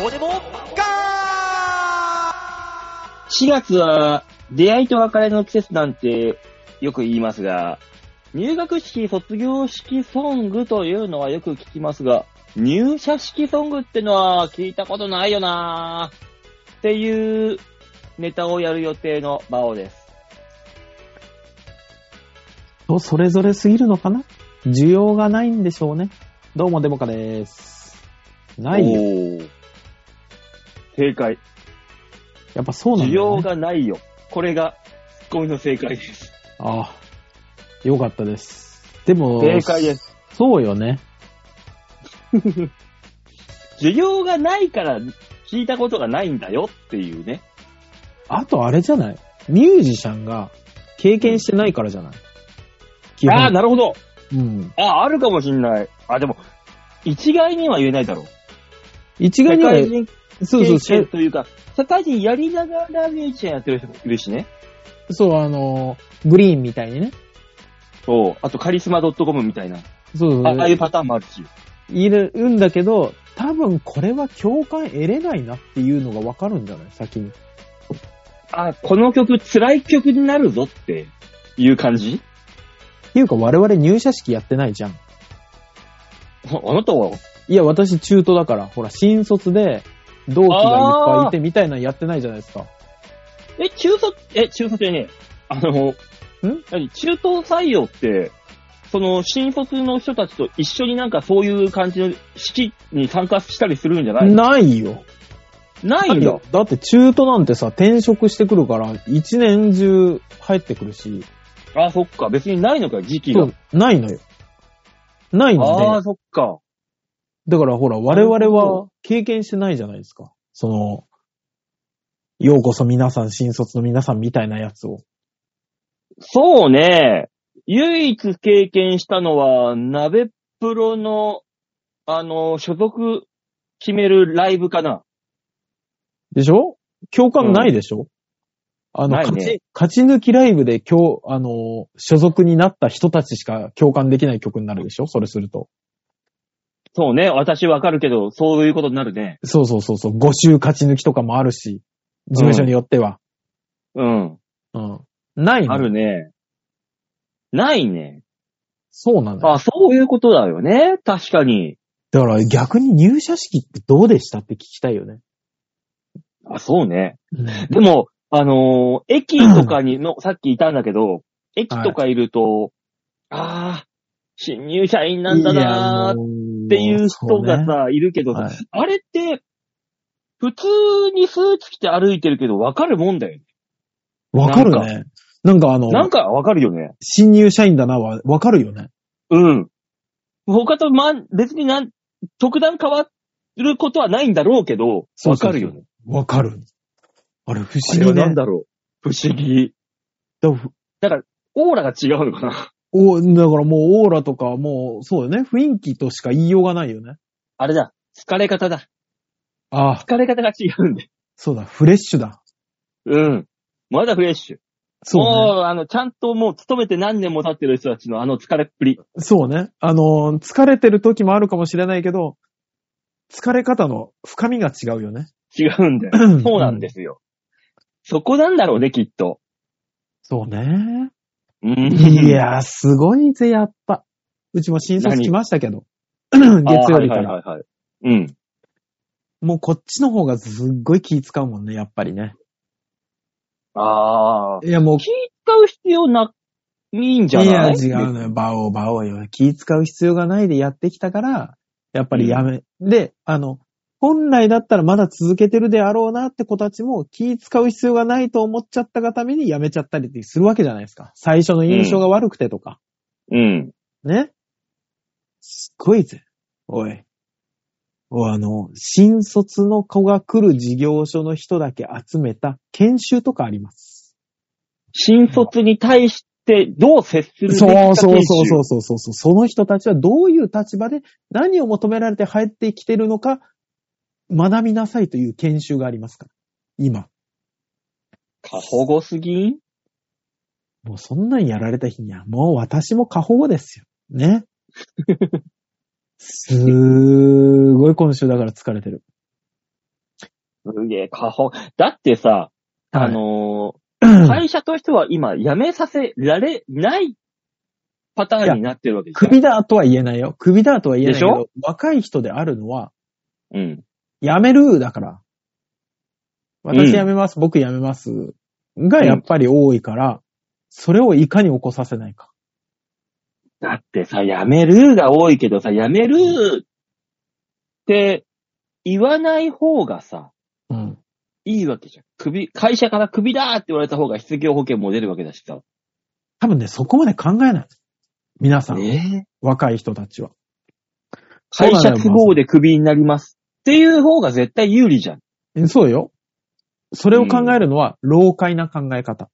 どうでもガ4月は出会いと別れの季節なんてよく言いますが、入学式、卒業式ソングというのはよく聞きますが、入社式ソングってのは聞いたことないよなぁ。っていうネタをやる予定の場をです。と、それぞれすぎるのかな需要がないんでしょうね。どうも、デモカです。ないよ。よ。正解。やっぱそうなん需だ、ね。要。がないよ。これが、ツッコミの正解です。ああ。よかったです。でも、正解です。そうよね。需要がないから聞いたことがないんだよっていうね。あと、あれじゃないミュージシャンが経験してないからじゃない基ああ、なるほど。うん。ああ、あるかもしんない。あ、でも、一概には言えないだろう。一概には、社会人そうそう、経験というか、社会人やりながらミュージシャンやってる人もいるしね。そう、あの、グリーンみたいにね。そう。あと、カリスマ .com みたいな。そうそうあああいうパターンもあるし。いるんだけど、多分これは共感得れないなっていうのがわかるんじゃない先に。あ、この曲、辛い曲になるぞっていう感じ っていうか我々入社式やってないじゃん。ああなたは、いや、私中途だから、ほら、新卒で、同期がいっぱいいてみたいなのやってないじゃないですか。え、中卒、え、中卒でね、あの、ん何中東採用って、その、新卒の人たちと一緒になんかそういう感じの式に参加したりするんじゃないないよ。ないんだ。だって中途なんてさ、転職してくるから、一年中入ってくるし、あ、そっか。別にないのか、時期が。そうないのよ。ないあのあ、で、そっか。だからほら、我なる々ほは経験してないじゃないですか。その、ようこそ皆さん、新卒の皆さんみたいなやつを。そうね。唯一経験したのは、鍋プロの、あの、所属決めるライブかな。でしょ共感ないでしょ、あの、ないね勝ち、勝ち抜きライブで今日、あの、所属になった人たちしか共感できない曲になるでしょそれすると。そうね。私わかるけど、そういうことになるね。そうそうそうそう、5週勝ち抜きとかもあるし、事務所によっては。うん。うん。ないのあるね。ないね。そうなんだよ。あ、そういうことだよね。確かに。だから逆に入社式ってどうでしたって聞きたいよね。あ、そうね。でも、あのー駅とかにの、さっきいたんだけど、駅とかいると、ああ、新入社員なんだなーっっていう人がささ、いるけどさ、はいあれって、普通にスーツ着て歩いてるけど、わかるもんだよね。わかるね。なんかあの、なんかわかるよね。新入社員だなはわかるよね。うん。他と、まん、別になん、特段変わることはないんだろうけど、そうわそうそうかるよね。わかる。あれ不あ思れ議はねなん。だろう。不思議。だからオーラが違うのかな。お、だからもうオーラとか、もう、そうよね。雰囲気としか言いようがないよね。 あれだ。疲れ方だ。ああ、疲れ方が違うんで。そうだ、フレッシュだ。うん。まだフレッシュ。そうね。もう、あの、ちゃんともう勤めて何年も経ってる人たちのあの疲れっぷり。そうね。あのー、疲れてる時もあるかもしれないけど、疲れ方の深みが違うよね。。違うん だよ。そうなんですすよ。そこなんだろうね、きっと。そうね。うんい。やー、すごいぜ、やっぱ。うちも新卒何来ましたけど。あー月曜日かはいはら。いはいはい。うん。もうこっちの方がすっごい気使うもんね、やっぱりね。ああ。いや、もう気使う必要な、いいんじゃないいや、違うのよ。バオバオよ。気使う必要がないでやってきたから、やっぱりやめ、で、あの、本来だったらまだ続けてるであろうなって子たちも気使う必要がないと思っちゃったがためにやめちゃったりってするわけじゃないですか。最初の印象が悪くてとか。うん。ね。すっごいぜ。おい。おいあの、新卒の子が来る事業所の人だけ集めた研修とかあります。新卒に対してどう接するべきか。そうそうそうそううそうそうそう。その人たちはどういう立場で何を求められて入ってきてるのか、学びなさいという研修がありますから。今。過保護すぎんもうそんなんやられた日には、もう私も過保護ですよ。 ね。すーごい今週だから疲れてる。すげえ、過保だってさ、あのーはい、会社としては今、辞めさせられないパターンになってるわけじゃん。首だとは言えないよ。首だとは言えないけでど、若い人であるのは、うん。辞めるだから。うん私辞めます、僕辞めます。がやっぱり多いから、それをいかに起こさせないか。だってさ、辞めるが多いけどさ、辞めるって言わない方がさ、うん。いいわけじゃん。首、会社から首だって言われた方が失業保険も出るわけだしさ。多分ね、そこまで考えない。皆さん、ねえ若い人たちは。会社都合で首になります。っていう方が絶対有利じゃん。えそうよ。それを考えるのは、老快な考え方。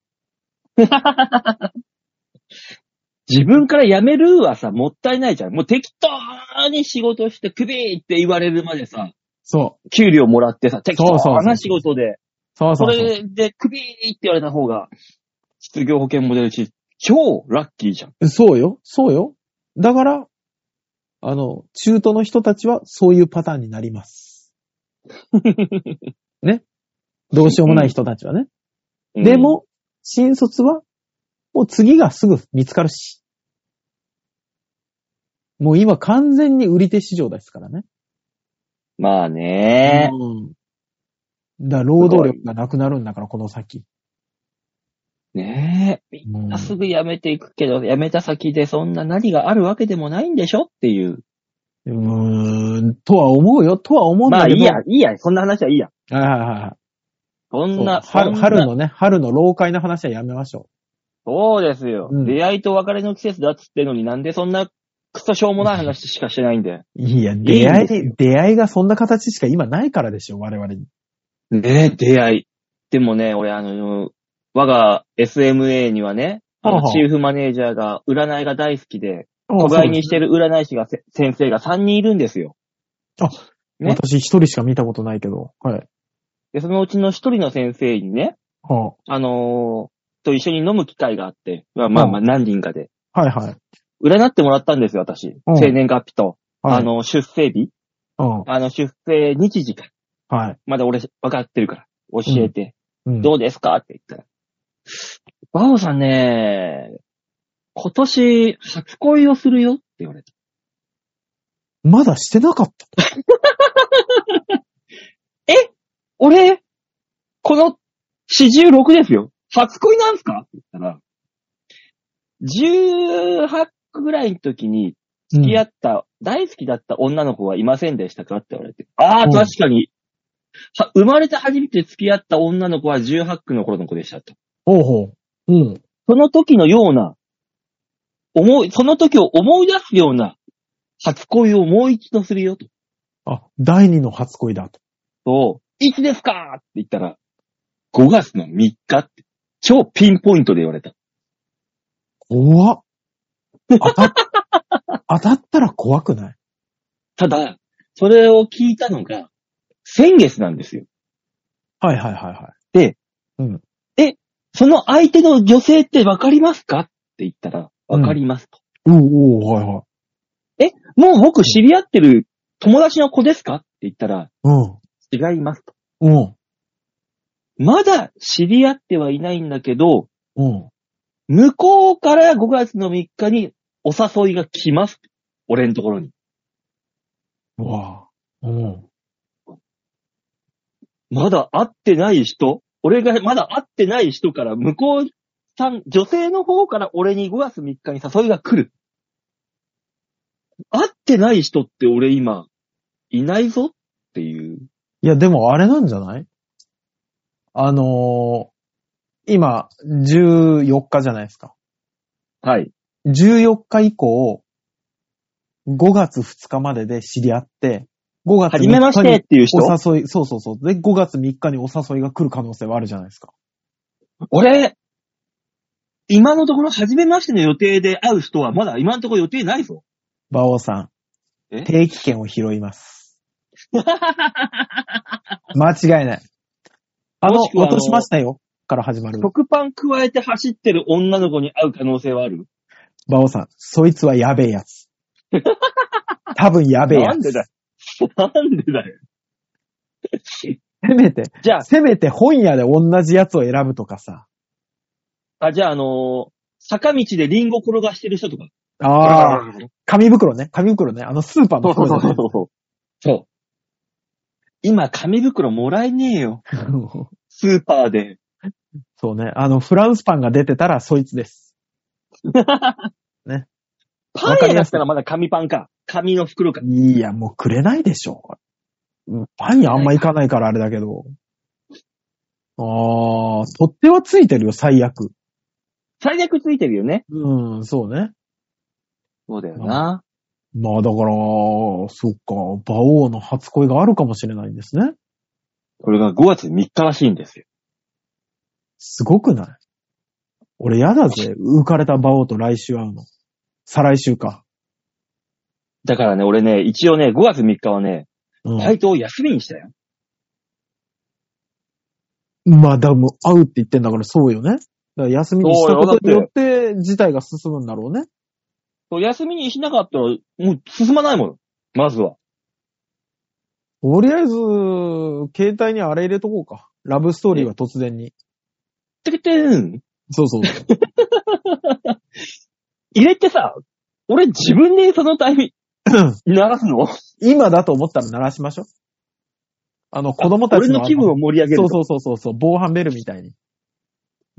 自分から辞めるはさ、もったいないじゃん。もう適当に仕事して首って言われるまでさ、そう。給料もらってさ、適当そうそうそなう仕事で、そうそそうそう。れで首って言われた方が、失業保険も出るし、超ラッキーじゃん。そうよ。そうよ。だから、あの、中途の人たちはそういうパターンになります。ね。どうしようもない人たちはね。でも、新卒は、もう次がすぐ見つかるし。もう今完全に売り手市場ですからね。うん、まあね、うん。だから労働力がなくなるんだから、この先。ねえ、みもんうなすぐ辞めていくけど、辞めた先でそんな何があるわけでもないんでしょっていう。うーん、とは思うよ、とは思うんだまあけいど。いや、いいや、そんな話はいいや。はいはいはいはい。そんそうな、そん春な春のね、春の老快な話はやめましょそうですよ、うん出会いと別れの季節だっつってのになんでそんなクソしょうもない話しかしてないんで。う。いや、です出よ会い、出会いがそんな形しか今ないからでしょ、我々に。ねえ、出会い。でもね、俺あの、我が SMA にはね、あはあのはあチーフマネージャーが占いが大好きで、あ子飼いにしてる占い師がせ、先生が3人いるんですよ。ね私一人しか見たことないけど。はい。で、そのうちの一人の先生にね、はあのーと一緒に飲む機会があって、まあまあまあう何人かで。あ、はいはい。占ってもらったんですよ、私。うん生年月日と、はい、あ、の、出生日うん、あの、出生日時か。はい。まだ俺分かってるから、教えて、うん、どうですかって言ったら。バオさんね、今年初恋をするよって言われた。まだしてなかった。俺、この46ですよ。初恋なんすかって言ったら、18ぐらいの時に付き合った、大好きだった女の子はいませんでしたかって言われて。ああ、うん確かに。は生まれて初めて付き合った女の子は18区の頃の子でしたと。うん、ほうほう。うん。その時のような、思い、その時を思い出すような初恋をもう一度するよと。あ、第二の初恋だと。そう、いつですかって言ったら、5月の3日って、超ピンポイントで言われた。怖っ。当たっ 当たったら怖くないただ、それを聞いたのが、先月なんですよ。はいはいはいはい。その相手の女性ってわかりますかって言ったら、わかりますと。うん、おー、はいはい。もう僕知り合ってる友達の子ですかって言ったら、う違いますと。ん、うん、まだ知り合ってはいないんだけど、うん。向こうから5月の3日にお誘いが来ます。俺のところに。うわぁ。うん。まだ会ってない人俺がまだ会ってない人から向こうさん、女性の方から俺に5月3日に誘いが来る。会ってない人って俺今、いないぞっていう。いや、でもあれなんじゃないあのー、今、14日じゃないですか。はい。 14日以降、5月2日までで知り合って、5月は3日じめましてっにていう人お誘い、そうそうそう。で、5月3日にお誘いが来る可能性はあるじゃないですか。俺、今のところ初めましての予定で会う人はまだ今のところ予定ないぞ。馬王さえん、定期券を拾 います。間違いない。あのもし、くはあの落としましたよ。から始まる。食パン加えて走ってる女の子に会う可能性はある馬王さん、そいつはやべえ やつ。多分やべえや なつ。んでだよ。なんでだよ。せめて、じゃあ、せめて本屋で同じやつを選ぶとかさ。あ、じゃあ、あのー坂道でリンゴ転がしてる人とか。ああ、紙袋ね。紙袋ね。あのスーパーそのうそう袋そうね。そう。そう。今、紙袋もらえねえよ。スーパーで。 そうね。あの、フランスパンが出てたらそいつです。パン屋だったらまだ紙パンか。紙の袋か。いや、もうくれないでしょ。うんパン屋あんま行かないからあれだけど。ああ、取っ手はついてるよ、最悪。最悪ついてるよね。うん、そうね。そうだよな。まあだから、そっか、馬王の初恋があるかもしれないんですね。これが5月3日らしいんですよ。すごくない俺やだぜ、浮かれた馬王と来週会うの。再来週か。だからね、俺ね、一応ね、5月3日はね、うん、バイトを休みにしたよ。まあ、だからもう会うって言ってんだからそうよね。だから休みにしたことによって事態が進むんだろうね。そう休みにしなかったら、もう進まないもん。まずは。とりあえず、携帯にあれ入れとこうか。ラブストーリーが突然に。てけてん。そうそうそう。入れてさ、俺自分でそのタイ ミング、鳴らすの今だと思ったら鳴らしましょう。あの、子供たち俺の気分を盛り上げるそと。うそうそうそうそう、防犯ベルみたいに。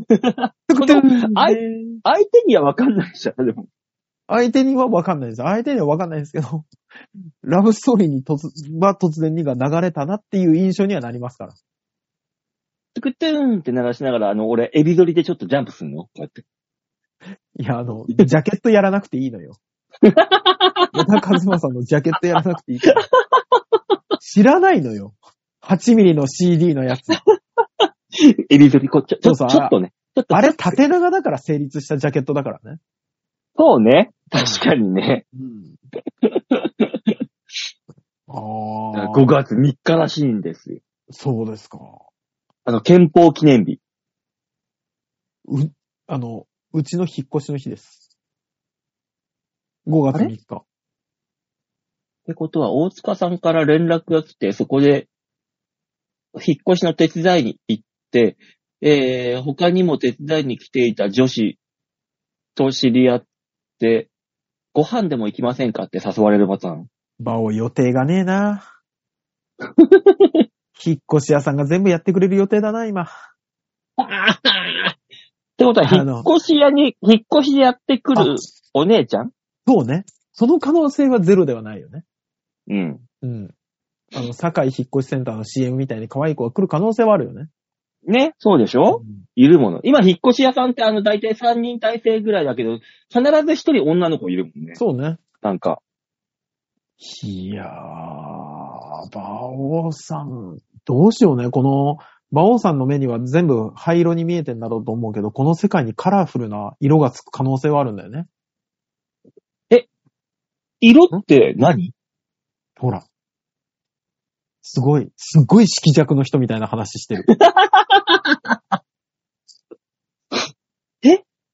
このあい相手にはわかんないじゃん、でも。相手には分かんないです。相手には分かんないですけど、 ラブストーリーに突は突然にが流れたなっていう印象にはなりますから。てけてんって鳴らしながら、あの、俺、エビ取りでちょっとジャンプすんのこうやって。いや、あの、ジャケットやらなくていい のよ。小田和正のジャケットやらなくていいから。知らないのよ。8ミリの CD のやつ。エビ取りこっちょ、ちょそうそうちょっとね。ちょっとあれ縦長だから成立したジャケットだからね。そうね。確かにね。うん。だ あから5あ。月3日らしいんですよ。そうですか。あの、憲法記念日。う、あの、うちの引っ越しの日です。5月3日。ってことは、大塚さんから連絡が来て、そこで、引っ越しの手伝いに行って、えー、他にも手伝いに来ていた女子と知り合って、ご飯でも行きませんかって誘われるパターン。場を予定がねえ な。引っ越し屋さんが全部やってくれる予定だな、今。ってことは、あ引のっ越し屋に、引っ越しでやってくるあお姉ちゃんそうね。その可能性はゼロではないよね。うん。うん。あの、堺引っ越しセンターの CM みたいに可愛い子が来る可能性はあるよね。ね、そうでしょうんいるもの。今、引っ越し屋さんって、あの、大体3人体制ぐらいだけど、必ず1人女の子いるもんね。そうね。なんか。いやー、馬王さん、どうしようね。この、馬王さんの目には全部灰色に見えてんだろうと思うけど、この世界にカラフルな色がつく可能性はあるんだよね。色って何ほら。すごい、すごい色弱の人みたいな話してる。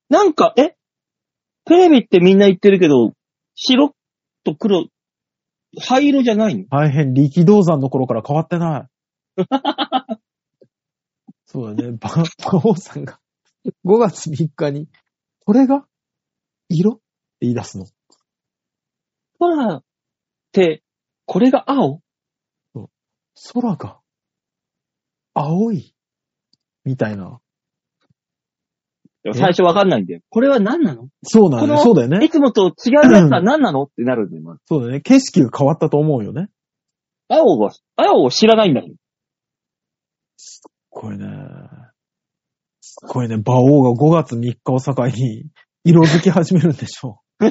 なんか、えテレビってみんな言ってるけど、白と黒、灰色じゃないの大変、力道山の頃から変わってない。そうだね、ば、馬王さんが5月3日に、これが色って言い出すの。空って、これが青空が青いみたいな。最初わかんないんだよ。これは何なのそうなこんだのよ。そうだよねい。つもと違うやつは何なのってなるんだよ、まずそうだよね。景色が変わったと思うよね。青は、青を知らないんだよ。これね。すごいね。馬王が5月3日を境に 色づき始めるんでしょ う。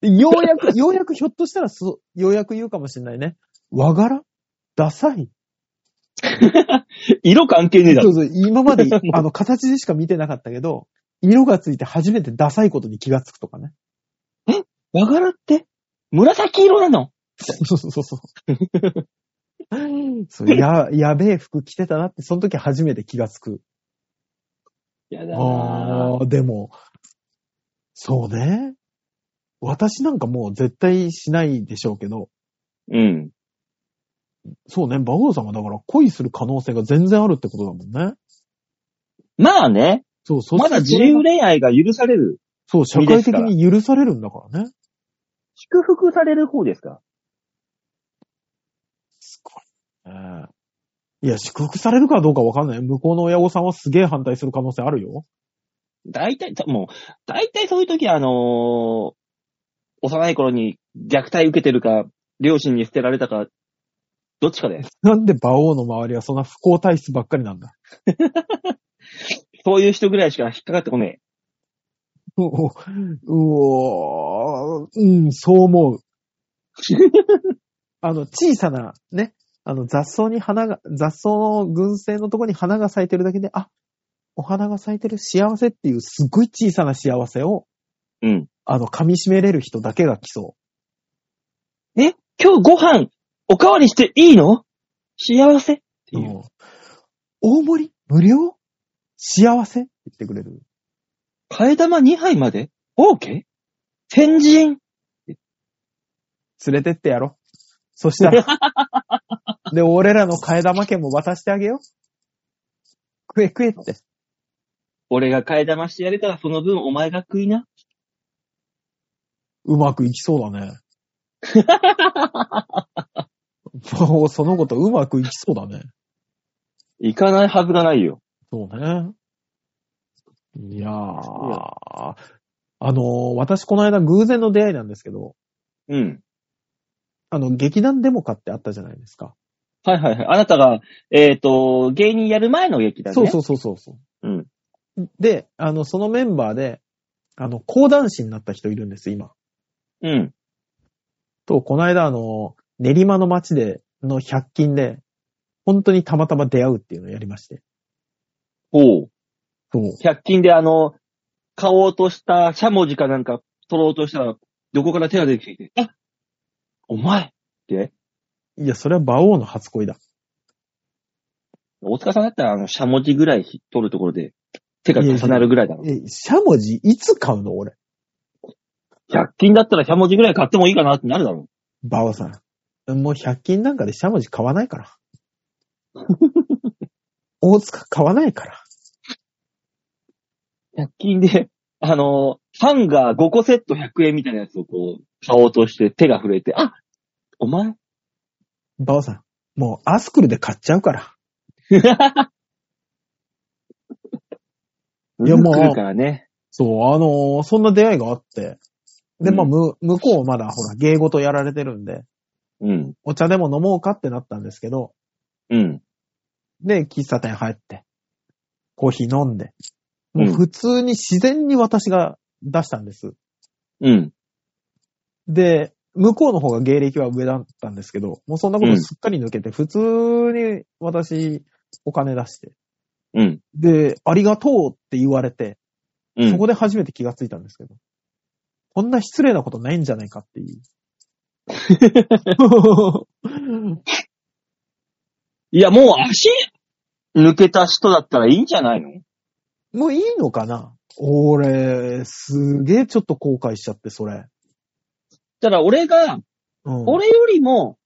でようやく、ようやくひょっとしたらそう、ようやく言うかもしれないね。和柄ダサい色関係ねえだそろう。そう今まで、あの、形でしか見てなかったけど、色がついて初めてダサいことに気がつくとかね。和柄って紫色なのそうそうそうそう。そうや、やべえ服着てたなって、その時初めて気がつく。やだなぁああ、でも、そうね。私なんかもう絶対しないでしょうけど、うん。そうね、馬王さんはだから恋する可能性が全然あるってことだもんね。まあね、そう、そまだ自由恋愛が許される、そう、社会的に許されるんだからね。祝福される方ですかすごいね。いや、祝福されるかどうかわかんない。向こうの親御さんはすげえ反対する可能性あるよ。大体、たもう、大体そういう時は、あのー幼い頃に虐待受けてるか、両親に捨てられたか、どっちかで。なんで馬王の周りはそんな不幸体質ばっかりなんだ。そういう人ぐらいしか引っかかってこね うお、うおーうん、そう思う。あの、小さな、ね、あの、雑草に花が、雑草の群生のとこに花が咲いてるだけで、あ、お花が咲いてる幸せっていうすごい小さな幸せを、え。うん。あの、噛み締めれる人だけが来そう。今日ご飯、おかわりしていいの幸せっていう。うん大盛り無料幸せって言ってくれる。替え玉2杯まで ?OK? 先人連れてってやろ。そしたら。で、俺らの替え玉券も渡してあげよう。食え食えって。俺が替え玉してやれたらその分お前が食いな。うまくいきそうだね。もうそのことうまくいきそうだね。行かないはずがないよ。そうね。いやー。あのー私この間偶然の出会いなんですけど、うん。あの、劇団デモカってあったじゃないですか。はいはいはい。あなたが、えっ、と、芸人やる前の劇だね。そうそうそうそうそう。うんで、あの、そのメンバーで、あの、講談師になった人いるんです、今。う。うん。と、この間、あの、練馬の街で、の100均で、本当にたまたま出会うっていうのをやりまして。おう。そう。 100均であの、買おうとしたしゃもじかなんか取ろうとしたら、どこから手が出てきて、あお前って、いや、それは馬王の初恋だ。大塚さんだったらあの、しゃもじぐらい取るところで、手が重なるぐらいだろ。え、しゃもじ、いつ買うの俺。 100均だったらしゃもじぐらい買ってもいいかなってなるだろ。馬王さん。もう100均なんかでしゃもじ買わないから。 大塚買わないから。 100均で、あの、ハンガー5個セット100円みたいなやつをこう、買おうとして手が震えて、あお 前馬王さん。もうアスクルで買っちゃうから。いやもう来るからね。そう、あのーそんな出会いがあって。で、まあ、うんむ、向こうまだほら、芸事やられてるんで、うん。お茶でも飲もうかってなったんですけど、うん。で、喫茶店入って、コーヒー飲んで、もううん普通に自然に私が出したんです。うん。で、向こうの方が芸歴は上だったんですけど、もうそんなことすっかり抜けて、普通に私、お金出して。うん。で、ありがとうって言われて、うん。そこで初めて気がついたんですけど、こんな失礼なことないんじゃないかっていう。 いや、もう足抜けた人だったらいいんじゃないのもういいのかな俺、すげえちょっと後悔しちゃって、それ。ただ俺が、うん、俺よりも、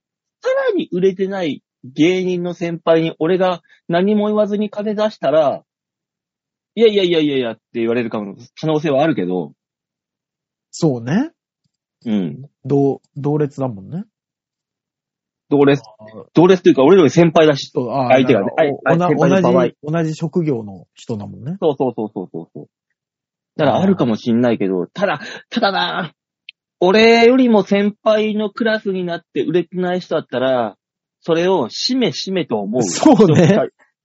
さらに売れてない芸人の先輩に俺が何も言わずに金出したら、いやいやいやいやいやって言われるかも、可能性はあるけど、そうね。うん。同、同列だもんね。同列、同列というか俺より先輩だし、とあー相手がねだかはらおいはいおな先輩の場合同じ、同じ職業の人だもんね。そうそうそうそうそうそう。だからあるかもしんないけど、ただ、ただな、俺よりも先輩のクラスになって売れてない人だったら、それをしめしめと思う。そうね。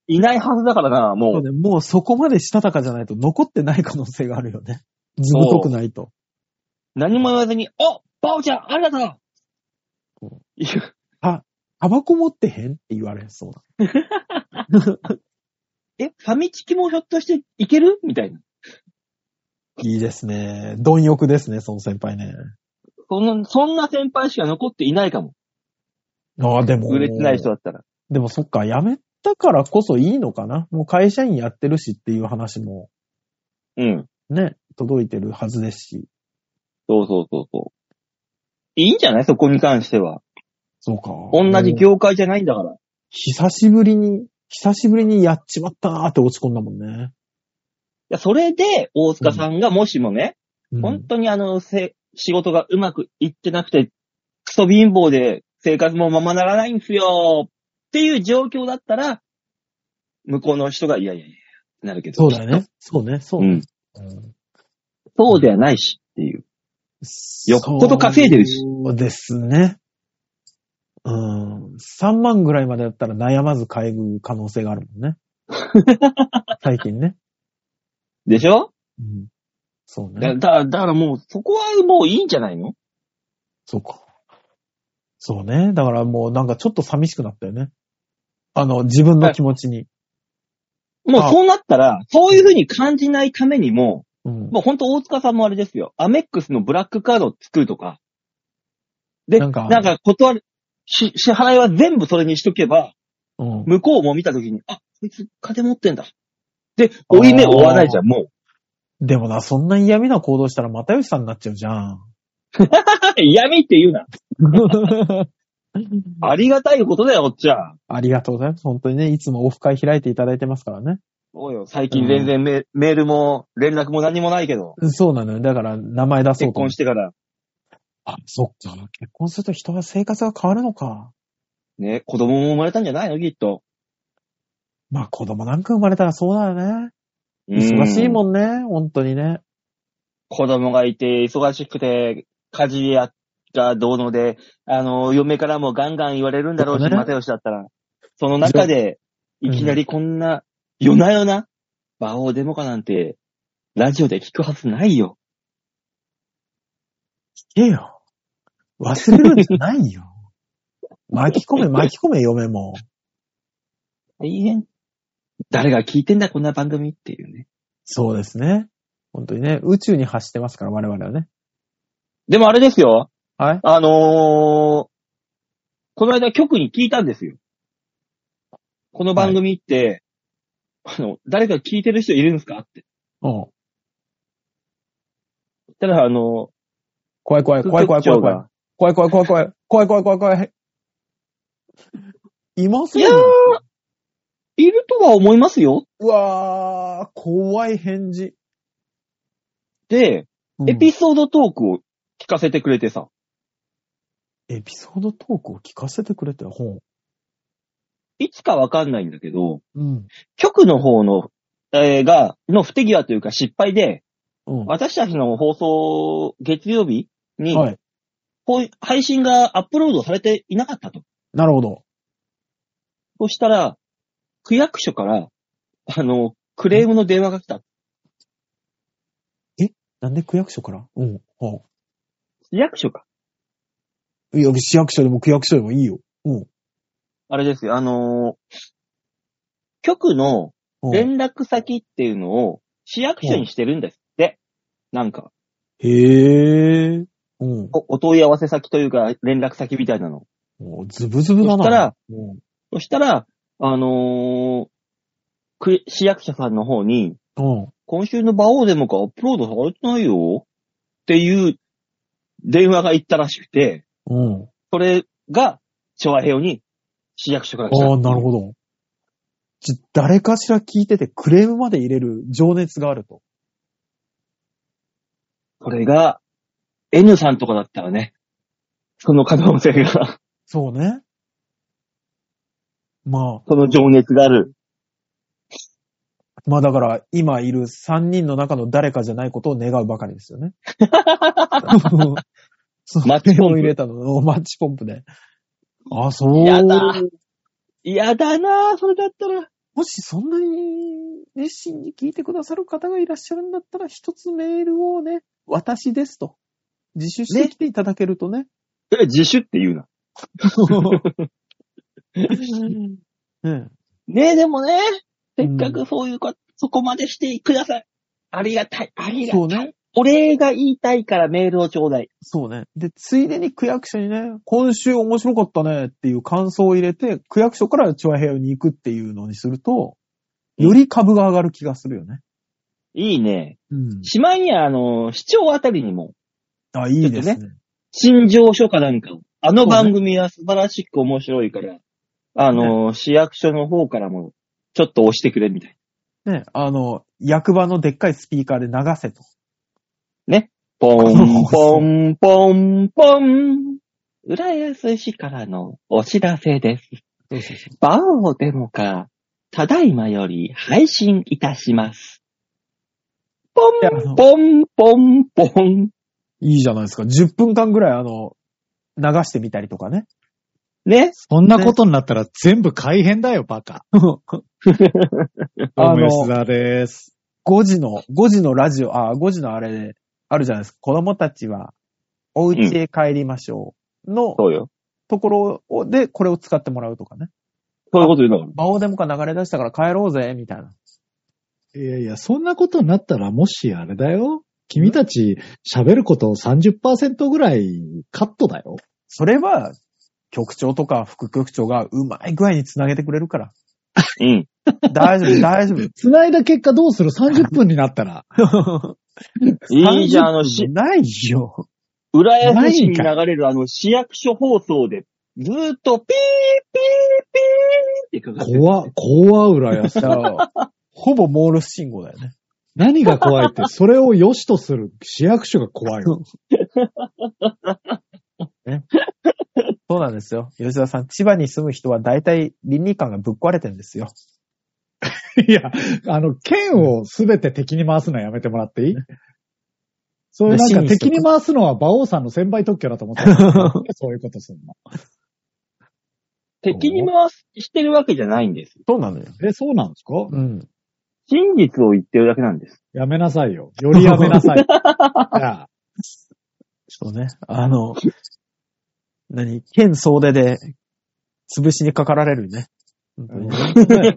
いないはずだからな、そもうねもうそこまでしたたかじゃないと残ってない可能性があるよね。ずぶとくないと。う。何も言わずに、おバオちゃん、ありがとうそいやタバコ持ってへんって言われそうだ。え、ファミチキもひょっとしていけるみたいな。いいですね。貪欲ですね、その先輩ね。そんな、そんな先輩しか残っていないかも。ああ、でも。売れてない人だったら。でもそっか、辞めたからこそいいのかな。もう会社員やってるしっていう話もうん。ね、届いてるはずですし。そうそうそうそう。いいんじゃないそこに関しては。そうか。同じ業界じゃないんだから。久しぶりに、久しぶりにやっちまったなーって落ち込んだもんね。いや、それで、大塚さんがもしもね、うん本当にあの、せ、仕事がうまくいってなくて、クソ貧乏で生活もままならないんすよ、っていう状況だったら、向こうの人が、いやいやいや、なるけど。そうだよね。そうね、そううね。ん。そうではないしっていう。よっぽど稼いでるしそうですね。うん。3万ぐらいまでだったら悩まず買える可能性がある もんね。最近ね。でしょうん。そうだね。だだからもう、そこはもういいんじゃないのそうか。そうね。だからもうなんかちょっと寂しくなったよね。あの、自分の気持ちに。もうあそうなったら、そういうふうに感じないためにも、うん。もうほんと大塚さんもあれですよ。アメックスのブラックカードを作るとか。で、ななんんかか、断る、し支払いは全部それにしとけば、うん。向こうも見たときに、あ、こいつ金持ってんだ。で、追い目追わないじゃん、もう。 でもな、そんな嫌味な行動したら又吉さんになっちゃうじゃ ん。嫌味って言うな。ありがたいことだよ、おっちゃん。ありがとうございます。本当にね、いつもオフ会開いていただいてますからね。そうよ、最近全然メ,、メールも連絡も何もないけど、そうなのよ。だから、名前出そう結と思婚って。してから、あ、そっか。結婚すると人は生活が変わるのか。ね、子供も生まれたんじゃないの、きっと。まあ、子供なんか生まれたらそうだよね。忙しいん。もんね。本当にね。子供がいて、忙しくて、家事や、がどうので、あの、嫁からもガンガン言われるんだろうし、そうね又吉だったら。その中で、うんいきなりこんな、夜な夜な、馬王デモカなんて、ラジオで聞くはずないよ。聞けよ。忘れるんじゃないよ。 巻き込め、巻き込め、嫁も。大変。誰が聞いてんだ、こんな番組っていうね。そうですね。本当にね、宇宙に発してますから、我々はね。でもあれですよ。はい。あのー、この間局に聞いたんですよ。この番組って、あの、誰か聞いてる人いるんですかって。うん。たら、あの、怖い怖い怖い怖い怖い怖い。怖い怖い怖い怖い。怖い怖い怖い怖い。いますいやー、いるとは思いますよ。うわー、怖い返事。で、エピソードトークを聞かせてくれてさ。エピソードトークを聞かせてくれて本。いつかわかんないんだけど、うん。局の方の、えーが、の不手際というか失敗で、うん。私たちの放送、月曜日に、はい。こう配信がアップロードされていなかったと。なるほど。そしたら、区役所から、あの、クレームの電話が来た。なんで区役所からうん。は市役所か。あ、いや、市役所でも区役所でもいいよ。うん。あれですよ、あのー局のうん連絡先っていうのを市役所にしてるんですって。なんか、へえ。うん。おお問い合わせ先というか連絡先みたいなの。もうズブズブそだしな。たら、うん。そしたら、あのーく市役所さんの方に、うん。今週の馬王デモがアップロードされてないよっていう電話が行ったらしくて、うん。それが、昭和平和に市役所から来た。ああ、なるほど。ち誰かしら聞いててクレームまで入れる情熱があると。これが、N さんとかだったらね、その可能性が、 そうね。まその情熱がある。あ、まあだから、今いる3人の中の誰かじゃないことを願うばかりです よね。そうマッチポンプ手を入れたのをマッチポンプで。あ、そう。やだ嫌だなぁ、それだったら。もしそんなに熱心に聞いてくださる方がいらっしゃるんだったら、一つメールをね、私ですと。自首してきていただけるとね。え、自主って言うな。 うん。ねえ、でもね、せっかうくそういうか、そこまでしてください。ありがたい、ありがたい。そうね。お礼が言いたいからメールをちょうだい。そうね。で、ついでに区役所にね、今週面白かったねっていう感想を入れて、区役所から調和平和に行くっていうのにすると、より株が上がる気がするよね。いいね。うん。しまいには、あの、市長あたりにも、あ、いいですね。陳情書かなんかをあの番組は素晴らしく面白いから、あの、市役所の方からも、ちょっと押してくれみたいね、あの、役場のでっかいスピーカーで流せと。な。ポ ン、ポン、ポン、ポン。浦安市からのお知らせです。バオデモか、ただいまより配信いたします。ポやあのン、ポン、ポン、ポン。いいじゃないですか。10分間ぐらい、あの、流してみたりと かね。ね。そんなことになったら全部改変だよ、バカ。あどのうも吉沢です。 5時の、5時のラジオ、あ、5時のあれで、あるじゃないですか。子供たちは、お家へ帰りましょう。のそうよ。ところをで、これを使ってもらうとかね。そういうこと言うのかな魔王デモか流れ出したから帰ろうぜ、みたいな。いやいや、そんなことになったらもしあれだよ。君たち喋ることを30%ぐらいカットだよ。それは、局長とか副局長がうまい具合に繋げてくれるから。うん。大丈 夫、大丈繋いだ結果どうする ?30 分になったら。夫。いいじゃん、あの、し、ないよ。浦安市に流れるあの市役所放送で、ずーっとピーピーピーってかかってる。怖、怖浦安。だからほぼモールス信号だよね。何が怖いって、それを良しとする市役所が怖いの。そうなんですよ。吉田さん、千葉に住む人は大体倫理観がぶっ壊れてるんですよ。 いや、あの、剣をすべて敵に回すのはやめてもらっていいそういうなんか敵に回すのは馬王さんの先輩特許だと思って た。そういうことするの。敵に回してるわけじゃないんです。そうなのよ。え、そうなんですかうん。真実を言ってるだけなんです。やめなさいよ。よりやめなさい。じゃあそうね。あの、何県総出で、潰しにかかられるね。本当にね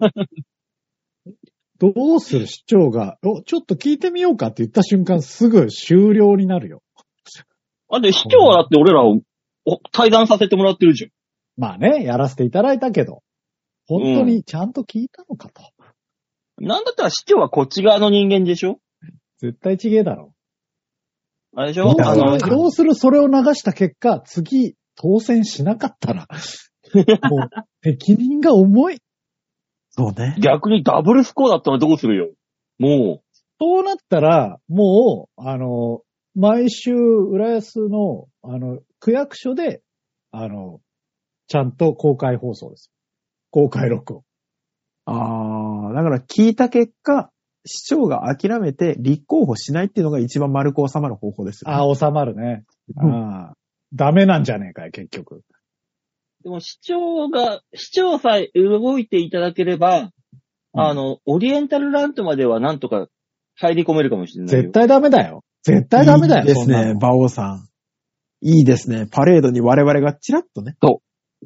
どうする市長が、お、ちょっと聞いてみようかって言った瞬間すぐ終了になるよ。あ、で、市長はだって俺らをお対談させてもらってるじゃん。まあね、やらせていただいたけど、本当にちゃんと聞いたのかと。なんだったら市長はこっち側の人間でしょ絶対ちげえだろ。あれでしどょうあすのる、どうするそれを流した結果、次、当選しなかったら、もう、責任が重い。そうね。逆にダブルスコアだったらどうするよ。もそうなったら、もう、あの、毎週、浦安の、あの、区役所で、あの、ちゃんと公開放送です。公開録音。ああ、だから聞いた結果、市長が諦めて立候補しないっていうのが一番丸く収まる方法ですよ、ああ、収まるね。ああ、ダメなんじゃねえかよ、結局。う、でも市長が、市長さえ動いていただければ、あの、オリエンタルラントまではなんとか入り込めるかもしれないよ。絶対ダメだよ。絶対ダメだよ、いいでそすんなのね、馬王さん。いいですね。パレードに我々がチラッとね。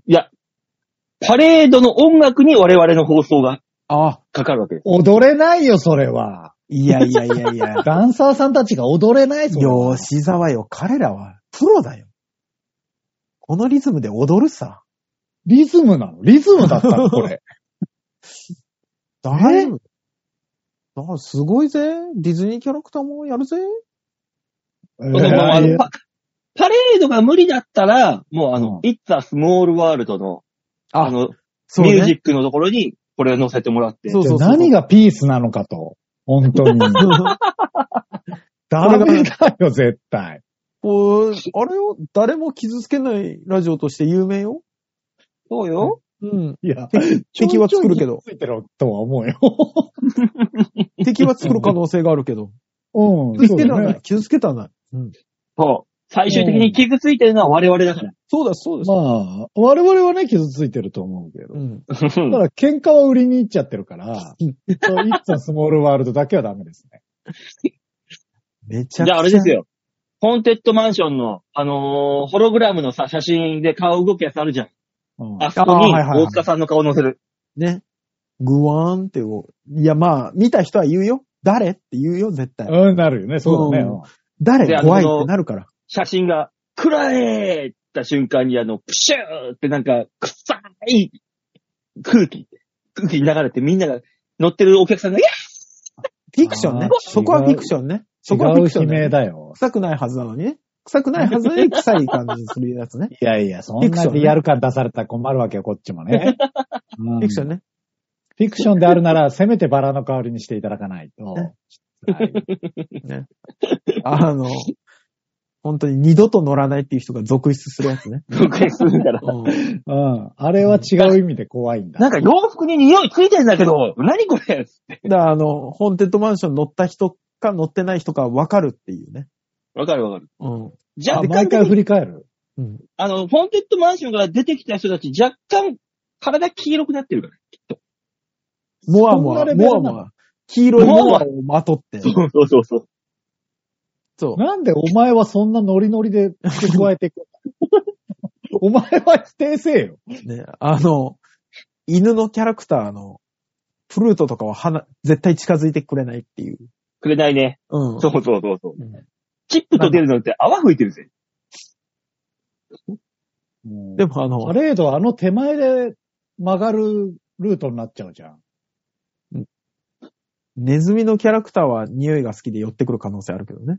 いや、パレードの音楽に我々の放送がああ、かかるわけです。踊れないよ、それは。いやいやい やいや。ダンサーさんたちが踊れないぞ。吉沢よ、彼らはプロだよ。このリズムで踊るさ。リズムなのリズムだった のこれ。大丈夫。あすごいぜ。ディズニーキャラクターもやるぜ。えだからあのーパパレードが無理だったら、もうあの、う It's a Small World の、ああの、そうミュージね。ックのところに、これを載せてもらって。そうそうそう。何がピースなのかと。本当 に。ダメだよ、絶対。こう、あれを誰も傷つけないラジオとして有名よ。そうよ。うん。いや、敵は作るけど。ついてるとは思うよ。敵は作る可能性があるけど。 うん。傷つけた そはうだないね。。傷つけたはない。うん。そう。最終的に傷ついてるのは我々だから。そうだ、そうです。まあ、我々はね、傷ついてると思うけどう。ん。ただ、喧嘩は売りに行っちゃって るから、そういったスモールワールドだけはダメですね。めちじゃくちゃ。ゃああれですよ。ホーンテッドマンションの、あのーホログラムのさ、写真で顔動くやつあるじゃん。うんあそこに、あーはいはいはい大塚さんの顔載せる。ね。グワーンってこう。いや、まあ、見た人は言うよ。誰って言うよ、絶対。うん、なるよね、そうだね。うん誰であの怖いってなるから。写真が、くらえーった瞬間にあの、プシューってなんか、臭い空気、空気に流れてみんなが乗ってるお客さんが、いやフィクションねあー。そこはフィクションね。そこはフィ違うクション悲ね鳴だよ。臭くないはずなのにね。臭くないはずで臭い感じにするやつね。いやいや、そんなリアル感出されたら困るわけよ、こっち もね。うフんィクションね。フィクションであるなら、せめてバラの代わりにしていただかないと。 はいあの、本当に二度と乗らないっていう人が続出するやつね。僕にするから。うん。あれは違う意味で怖いん だ。なんか洋服に匂いついてんだけど、何これだから、あの、ホーンテッドマンション乗った人か乗ってない人かわかるっていうね。わかるわかる。うん。あ若干毎的回に、振り返る。うん。あの、ホーンテッドマンションから出てきた人たち若干体黄色くなってるから。もわもそんなレわ、ベルもなわのもわ。黄色いもわをまとって。そうそうそうそう。そう。なんでお前はそんなノリノリで付け加えていくんだお前は否定せえよ。ね、あの、犬のキャラクターの、プルートとかは鼻、絶対近づいてくれないっていう。くれないね。う ん。そうそうそうそう。うんチップと出るのって泡吹いてるぜ。ででも、もあパの、レードあの手前で曲がるルートになっちゃうじゃん。ネズミのキャラクターは匂いが好きで寄ってくる可能性あるけどね。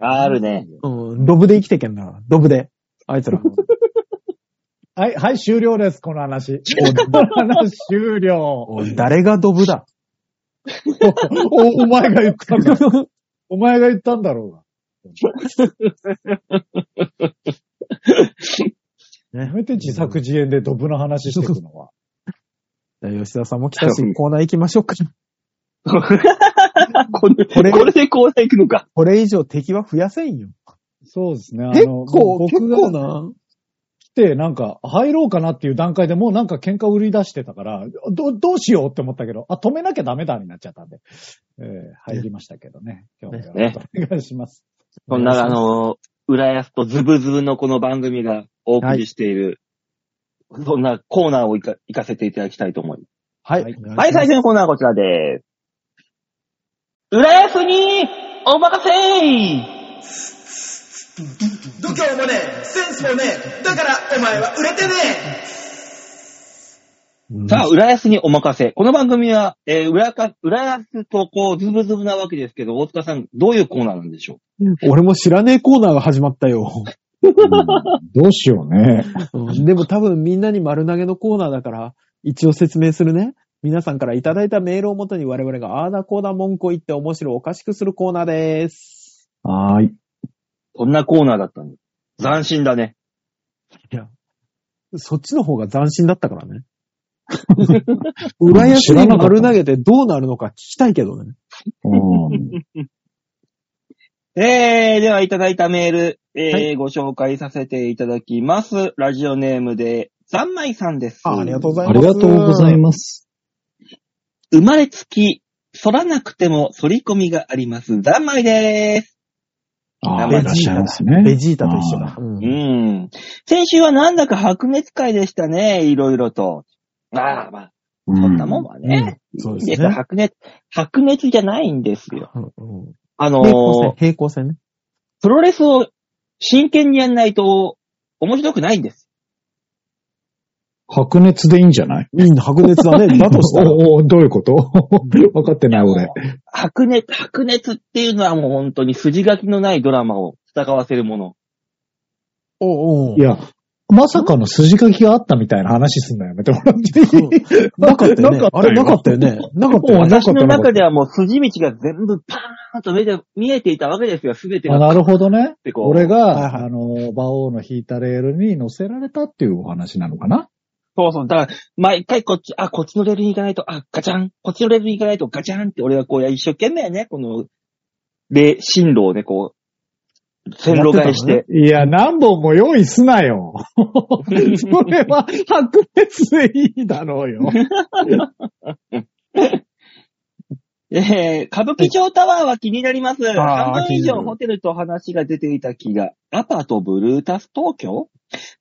ある ね。うん。ドブで生きてけんな。ドブで。あいつら。 はい、はい、終了です、この 話。この話終了。おおい誰がドブだ。おお前が言ったんだ。お前が言ったん だろうが。ねやめて自作自演でドブの話してくの は。じゃあ吉田さんも来たし、コーナー行きましょうか。これこれこれでコーナー行くのか。これ以上敵は増やせんよ。そうですね。あ結の、構、結僕構がな。来て、なんか、入ろうかなっていう段階でもうなんか喧嘩売り出してたから、ど、どうしようって思ったけど、あ、止めなきゃダメだになっちゃったんで、えー入りましたけど ね。今日もよろしくお願いします。そんな、あの、浦安とズブズブのこの番組がお送りしている、そんなコーナーをいか行かせていただきたいと思います。はい。はいはい、最初のコーナーはこちらです。浦安にお任せ度胸もねえ、センスもねえ、だからお前は売れてねえうんさあ、浦安にお任せ。この番組は、えー、浦か浦安とこう、ズブズブなわけですけど、大塚さん、どういうコーナーなんでしょ俺も知らねえコーナーが始まった よ。どうしようね。うんでも多分みんなに丸投げのコーナーだから、一応説明するね。皆さんからいただいたメールをもとに我々があーだこーだ文句を言って面白おかしくするコーナーです。はーい。うそんなコーナーだったんだ。斬新だね。そっちの方が斬新だったから ね。裏安知らになかった丸投げてどうなるのか聞きたいけどね。えー、では、いただいたメール、えーはご紹介させていただきます。ラジオネームで、三枚さんです。あありがとうございあます。りがとうございまます。生まれつき、反らなくても反り込みがあります。三枚でーす。あーいらっしゃいますベね。ジータと一緒だ。うんうん。先週はなんだか白熱会でしたね、いろいろと。ああ、まあ、そんなもんはね。うんそういでいすでねすよ白熱、白熱じゃないんですよ。うんうんあの平行線ー、、平行線ね。プロレスを真剣にやんないと面白くないんです。白熱でいいんじゃないいいの白熱だね。だとしたら。おおどうい うこと分かってない俺。白熱、白熱っていうのはもう本当に筋書きのないドラマを戦わせるもの。おうおういや、まさかの筋書きがあったみたいな話すんのやめてもらっていいうんなかったよね。あれなかったよね。なかったよね。私の中で。ではもう筋道が全部パーンと目で見えていたわけですよ、すべてあが。なるほどね。てこうは俺いはが、いあの、馬王の引いたレールに乗せられたっていうお話なのかなそうそう。だから、毎回こっち、あ、こっちのレールに行かないと、あ、ガチャン。こっちのレールに行かないと、ガチャンって俺はこう、一生懸命ね、この、で、進路をね、こう、線路替えして。 いや、何本も用意すな よ。それは白熱でいいだろうよ。えー、歌舞伎町タワーは気になります。半分以気にな上るホテルと話が出ていた気が、アパとブルータス東京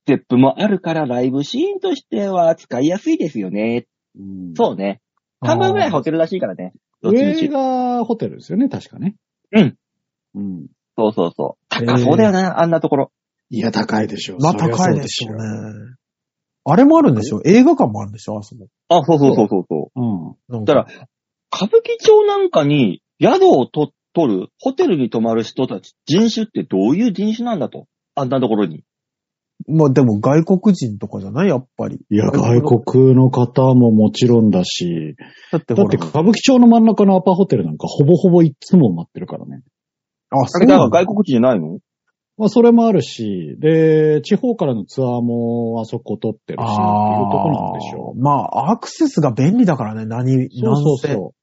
ゼップもあるからライブシーンとしては使いやすいですよね。そうね。半分ぐらいホテルらしいからね。どっちみ上ち。がホテルですよね、確かね。うん。うん。そうそうそう。高そうだよな、あんなところ。いや、高いでしょう。まあそりゃ高いそうでしょうよね。。あれもあるんでしょ映画館もあるんでしょあそこ。あ、そうそうそうそうそう。うん。なんだから、歌舞伎町なんかに宿をと取る、ホテルに泊まる人たち、人種ってどういう人種なんだと。あんなところに。まあでも外国人とかじゃないやっぱり。いや、外国の方ももちろんだし、だってだっほてら。歌舞伎町の真ん中のアパホテルなんかほぼほぼいつも埋まってるからね。あ、あそうれなだ、んだ外国人じゃないのまあ、それもあるし、で、地方からのツアーもあそこ取ってるし、っていうとこなんでしょあーまあ、アクセスが便利だからね、何、う。そうそうなんせそ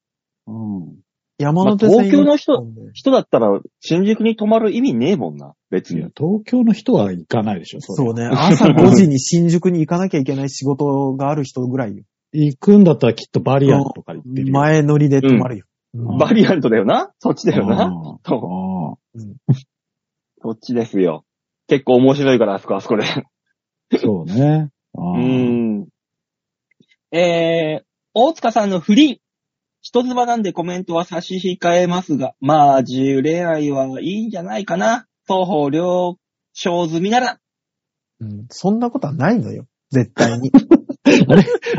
う。うん。山手線、まあ東京の人、人だったら、新宿に泊まる意味ねえもんな、別いやに。、東京の人は行かないでしょ、それそうね。 朝5時に新宿に行かなきゃいけない仕事がある人ぐらいよ。行くんだったらきっとバリアンとか行ってるよ。前乗りで泊まるよ。んバリアントだよなそっちだよなあそあうああそっちですよ。結構面白いから、あそこ、あそこで。そうね。ああうーん。えー、大塚さんの振り。人妻なんでコメントは差し控えますが、まあ、自由恋愛はいいんじゃないかな。双方了承済みなら。うんうんそんなことはないのよ。絶対 に。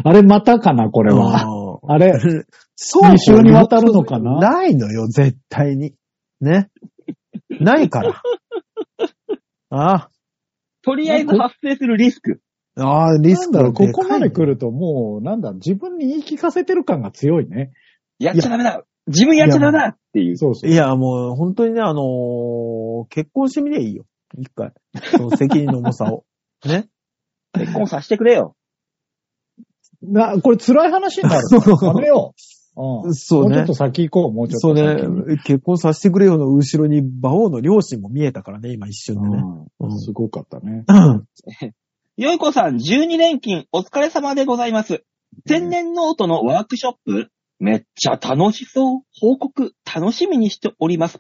あれまたかな、これは。うんあれ、 そう。二週にわたるのかなないのよ、絶対に。ね。ない から。あとりあえず発生するリスク。あ、ああ、リなスんクだはろう、でかいこねこまで来るともう、なんだ、自分に言い聞かせてる感が強いね。やっちゃダメだ。自分やっちゃダメだっていう。そうそう。いや、もう本当にね、あのー結婚してみりゃいいよ。一回。その責任の重 さを。ね。結婚させてくれよ。な、これ辛い話 になるから。やめよう。うん。そうもうちょねっと。先行こう、もうちょっそうと先ねに。。結婚させてくれよの後ろに馬王の両親も見えたからね、今一瞬でね。う。うんんすごかったね。よいこさん、12連勤、お疲れ様でございます。天然ノートのワークショップ、めっちゃ楽しそう。報告、楽しみにしております。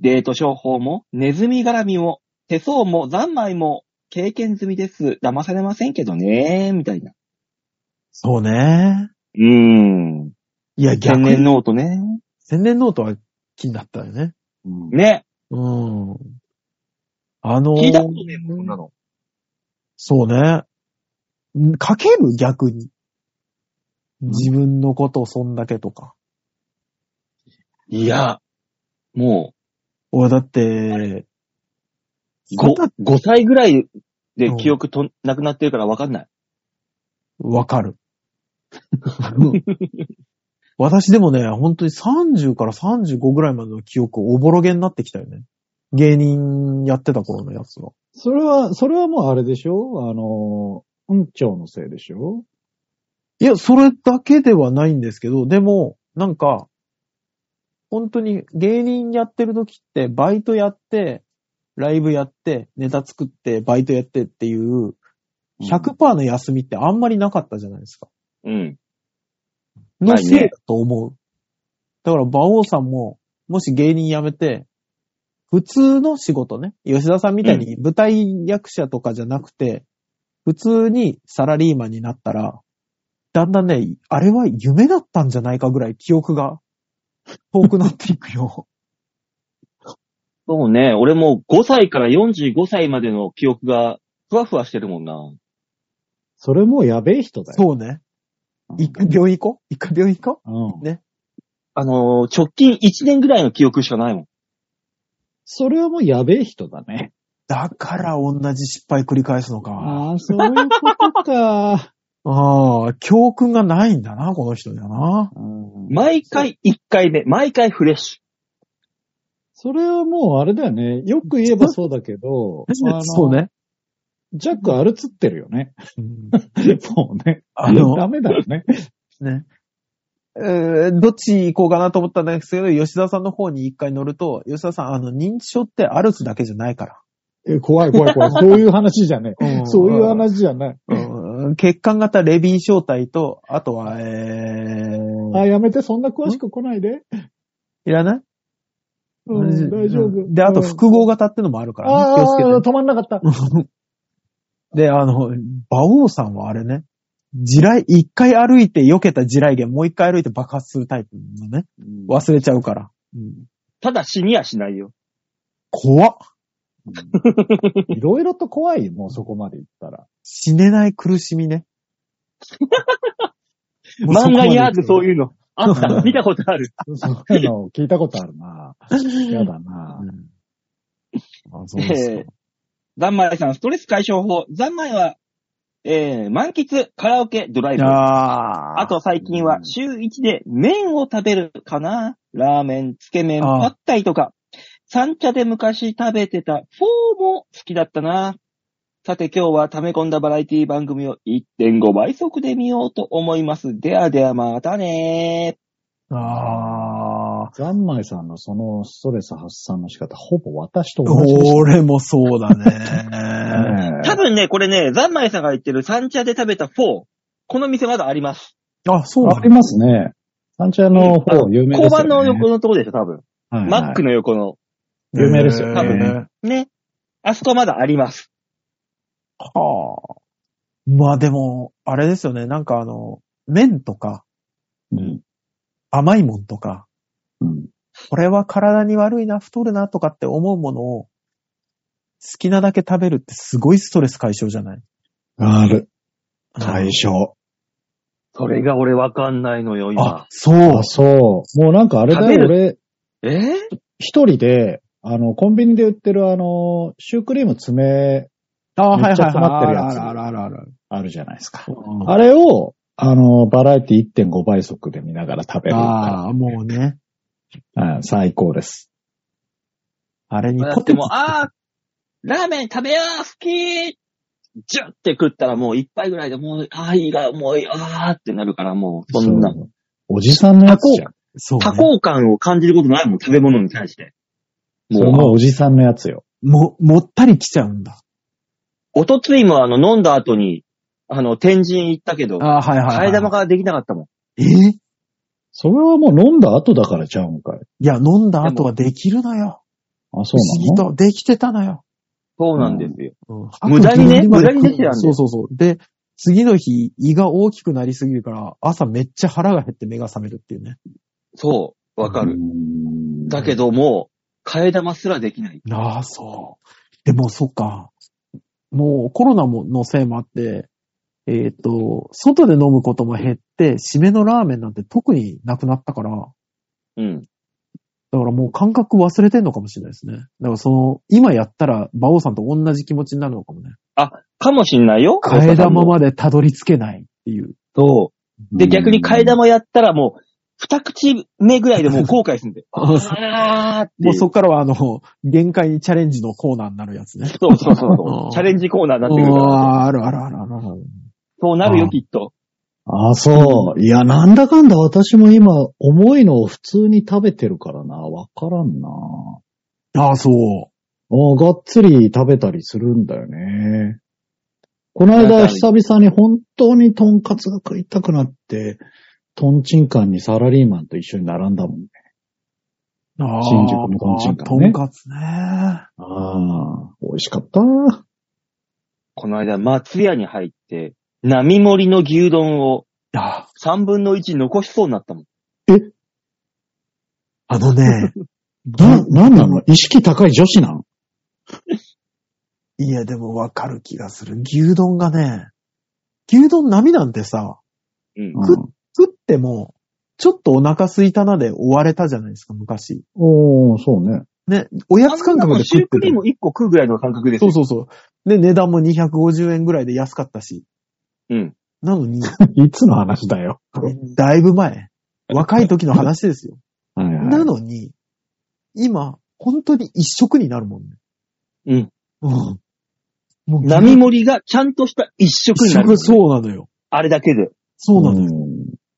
デート商法も、ネズミ絡みも、手相も、三枚も、経験済みです。騙されませんけどね、みたいな。そうね。うーん。いや、逆天然に、ノートね。天然ノートは気になったよね。うんね。うん。あのー聞いたことねえもん、そんなの。そうね。ん書ける逆に。自分のことそんだけとか。いや、も俺だって、う、5、5歳ぐらいで記憶と、なくなってるからわかんない。わかる。 私でもね、本当に30から35ぐらいまでの記憶、おぼろげになってきたよね。芸人やってた頃のやつは。それは、それはもうあれでしょあの、うんちょうのせいでしょいや、それだけではないんですけど、でも、なんか、本当に芸人やってる時って、バイトやって、ライブやって、ネタ作って、バイトやってっていう、100%の休みってあんまりなかったじゃないですか。うん。のせいだと思う。だから、馬王さんも、もし芸人辞めて、普通の仕事ね、吉田さんみたいに舞台役者とかじゃなくて、普通にサラリーマンになったら、だんだんね、あれは夢だったんじゃないかぐらい記憶が遠くなっていく よ。そうね。俺も5歳から45歳までの記憶がふわふわしてるもんな。それもうやべえ人だよ。そうね。一回病院行こう一回病院行こううん。あのー直近1年ぐらいの記憶しかないもん。それはもうやべえ人だね。だから同じ失敗繰り返すのか。ああ、そういうことか。 ああ、教訓がないんだな、この人だな。うん毎回1回目、毎回フレッシそれはもうあれだよね。よく言えばそうだけど、あ のそう。ね。ジャックあるつってる よね。うんもうね。あ のダメだよね。ね。えーどっち行こうかなと思ったんですけど、吉田さんの方に一回乗ると、吉田さん、あの、認知症ってアルツだけじゃないから。え怖い怖 い怖い。そういう話じゃねえ。うんそういう話じゃない。うん血管型レビー小体と、あとは、えあ、ー、やめて、そんな詳しく来ないで。いらないうん、大丈夫。で、あとうん複合型ってのもあるから、ね、気をつけああ、て。止まんなか った。で、あの、馬王さんはあれね、地雷、一回歩いて避けた地雷源、もう一回歩いて爆発するタイプのね、忘れちゃうから。ュ。ただ死にはしないよ。怖っいろいろと怖い、もうそこまで行ったら。死ねない苦しみ ね。漫画にあるそうういうの。あった、見たことある。そういうの聞いたことあるな。そこまで行く。嫌だな。うんあそうですかええザンマイさん、ストレス解消法。ザンマイは、えー、満喫、カラオケ、ドライブ。あああ。と最近は、週1で麺を食べるかなラーメン、つけ麺、パあーッタイとか。三茶で昔食べてたフォーも好きだったな。さて今日は溜め込んだバラエティ番組を1.5倍速で見ようと思います。ではではまたねああ。ザンマイさんのそのストレス発散の仕方、ほぼ私と同じでした俺もそうだね。 ね。多分ね、これね、ザンマイさんが言ってる三茶で食べたフォー。この店まだあります。あ、そうあなりますね。サンチャの方、有名ですよ、ね。交番の横のとこでしょ、多分。はいはいマックの横の。有名ですよ多分ね。ね。あそこまだあります。はあ。まあでも、あれですよね。なんかあの、麺とか、うん甘いもんとか、うんこれは体に悪いな、太るなとかって思うものを、好きなだけ食べるってすごいストレス解消じゃないある。う解ん消。それが俺わかんないのよ、あ、。そうあ、。そう。もうなんかあれだ食べよ、る俺、えー一人で、あの、コンビニで売ってるあの、シュークリーム詰めあ、はいめはっいちゃはい。詰まってるやつあらあらあらあら。あるじゃないですか。うんあれを、あの、バラエティ1.5倍速で見ながら食べるかああ、もうね。ら、うん、最高です。あ れにだポってテもうト、あー、ラーメン食べよう、好きジュって食ったらもう一杯ぐらいでもう、あーいいが、もう、あーってなるからもう、そんなそ。うおじさんのやつじゃん。そうね、多幸感を感じることないもん、食べ物に対して。それももおじさんのやつよ。も、もったりきちゃうんだ。う、おとついもあの、飲んだ後に、あの、天神行ったけど、ああ、はいはい、はい。替え玉ができなかったもん。えーいそれはもう飲んだ後だからちゃうんかい。や、飲んだ後はできるのよ。あ、そ不思議うなのと。できてたのよ。そうなんですよ。うん無駄にねあとギリギリま無駄にできてたんだよそうそうそう。で、次の日、胃が大きくなりすぎるから、朝めっちゃ腹が減って目が覚めるっていうね。そう、わかる。うんだけどもう、替え玉すらできない。ああ、そう。でも、そっか。もう、コロナものせいもあって、えっ、と、外で飲むことも減って、締めのラーメンなんて特になくなったから、うん。だからもう感覚忘れてんのかもしれないですね。だからその、今やったら、馬王さんと同じ気持ちになるのかもね。かもしんないよ。替え玉で。までたどり着けないっていう。そう。で、逆に替えうん玉やったらもう、二口目ぐらいでもう後悔するんだよ。あそうあーっていもうそっからはあの、限界にチャレンジのコーナーになるやつね。そうそうそうそうう。んチャレンジコーナーになってくるから。ああ、あるあるあるあるある。そうなるあよ、ーきっと。あ、そう。いや、なんだかんだ私も今、重いのを普通に食べてるからな。わからんな。ああ、そう。あがっつり食べたりするんだよね。このなん間、か久々に本当にトンカツが食いたくなって、トンチンカンにサラリーマンと一緒に並んだもんね。ああ新宿のトンチンカンまあトねンカツね。ああ、美味しかった。この間、松屋に入って、並盛りの牛丼をあ三分の一残しそうになったもん。あのね、 な、なんなの意識高い女子なんいやでもわかる気がする。牛丼がね、牛丼並なんてさ、うん。うん食っても、ちょっとお腹すいたなで追われたじゃないですか、昔。おー、そうね。 ね、おやつ感覚でシュ食ーってクリーた。ム一個食うぐらいの感覚ですそうよ。そうそう。で、値段も250円ぐらいで安かったし。うん。なのに、いつの話だよ。だいぶ前。若い時の話で すよ。はいはいなのに、今、本当に一食になるもんね。うん。うん。もう並盛りがちゃんとした一食一になる食。そうなのよ。あれだけで。そうなのよ。うん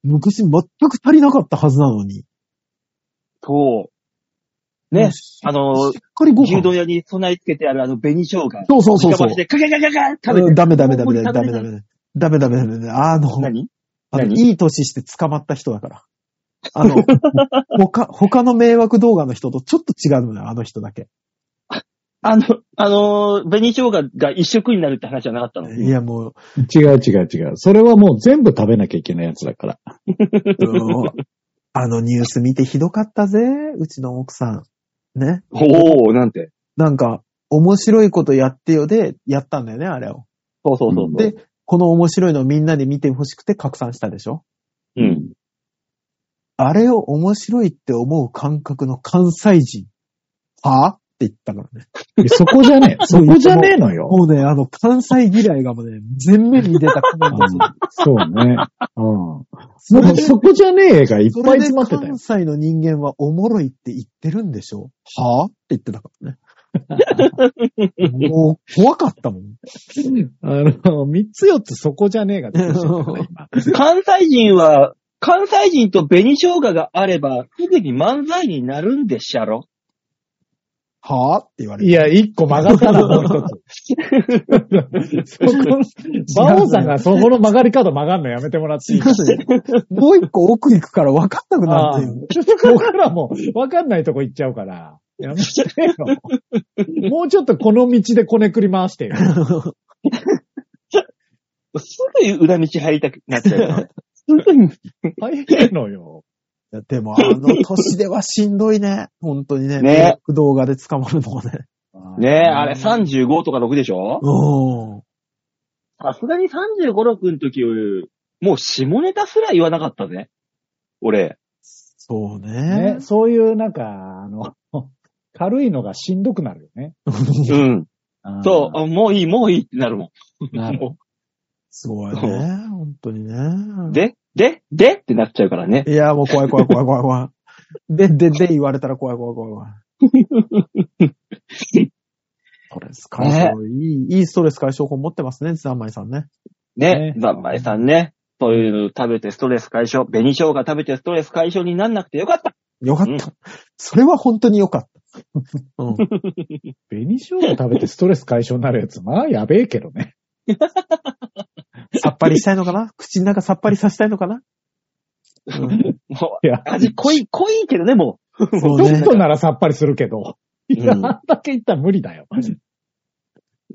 昔全く足りなかったはずなのに。そう。ね。あのしっかりご飯牛。丼屋に備え付けてあるあの紅生姜。そうそうそう近そう場。でカカカカカ食べてうんる。ダメダメダメもうダメダメダ食べれないメダメダメダメダメ。あの、何あの何いい年して捕まった人だから。あの、 他、他の迷惑動画の人とちょっと違うのよ、あの人だけ。あの、あのー、紅生姜が一食になるって話じゃなかったの。いや、もう、違う違う違う。それはもう全部食べなきゃいけないやつだから。うんあのニュース見てひどかったぜ、うちの奥さん。ね。おー、なんて。なんか、面白いことやってよで、やったんだよね、あれを。そうそうそうそう。で、この面白いのみんなで見てほしくて拡散したでしょうん。あれを面白いって思う感覚の関西人。は言ったからね。えそこじゃねえ。そこじゃねえのよ。もうね、あの、関西嫌いがもうね、全面に出たコメントですよ。そうね。うん。そもれうで、そこじゃねえがいっそぱいれで詰まってた関。よ西の人間はおもろいって言ってるんでしょはぁって言ってたからね。 もう、怖かったもん。あの、三つ四つそこじゃねえが出てきちゃったから今。関西人は、関西人と紅生姜があれば、すぐに漫才になるんでっしゃろはぁって言われて。 いや、一個曲がったな、もう一つ。そこ、馬王さんがそこの曲がり角曲がんのやめてもら っていい違うもう一個奥行くから分かんなくなあっあてよ。僕らもわかんないとこ行っちゃうから。やめてよ。もうちょっとこの道でこねくり回してよ。すぐ裏道入りたくなっちゃうよ。すぐに大変のよ。いやでも、あの年ではしんどい ね。本当にね。ね迷惑動画で捕まるのがね。ねえ、あれ35とか6でしょうん。さすがに35、6の時、もう下ネタすら言わなかったね。俺。そうねね、。そういうなんか、あの、軽いのがしんどくなるよね。うん。あーそう、あもういい、もういいってなるもん。なるもすごいね。そう本当にうね。で、で、でってなっちゃうからね。いや、もう怖い怖い怖い怖い怖い。で、で、で言われたら怖い怖い怖い怖い。ストレス解消、いい、いいストレス解消法持ってますね、三枚さんね。ねね、ざんまいさんね。そういうの食べてストレス解消。紅生姜食べてストレス解消になんなくてよかった。よかった。うんそれは本当によかった。うん。紅生姜食べてストレス解消になるやつ、まあや べえけどね。さっぱりしたいのかな口の中さっぱりさせたいのかな、うんもいやう、、味濃い、濃いけどね、もそうちょねっ。とならさっぱりするけど。いや、うんあんだけいったら無理だよ。う。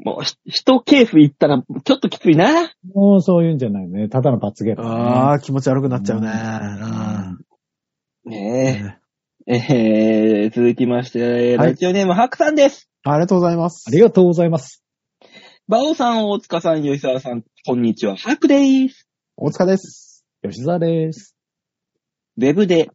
もう、ひ一ケースいったら、ちょっときついな。もうそういうんじゃないね。ただの罰ゲーム、ああ、気持ち悪くなっちゃうね。うんねえ。えー、続きまして、はいラジオネーム、ハクさんです。ありがとうございます。ありがとうございます。バオさん、大塚さん、吉沢さん、こんにちは。ハクでーす。お疲れです。吉沢です。ウェブで、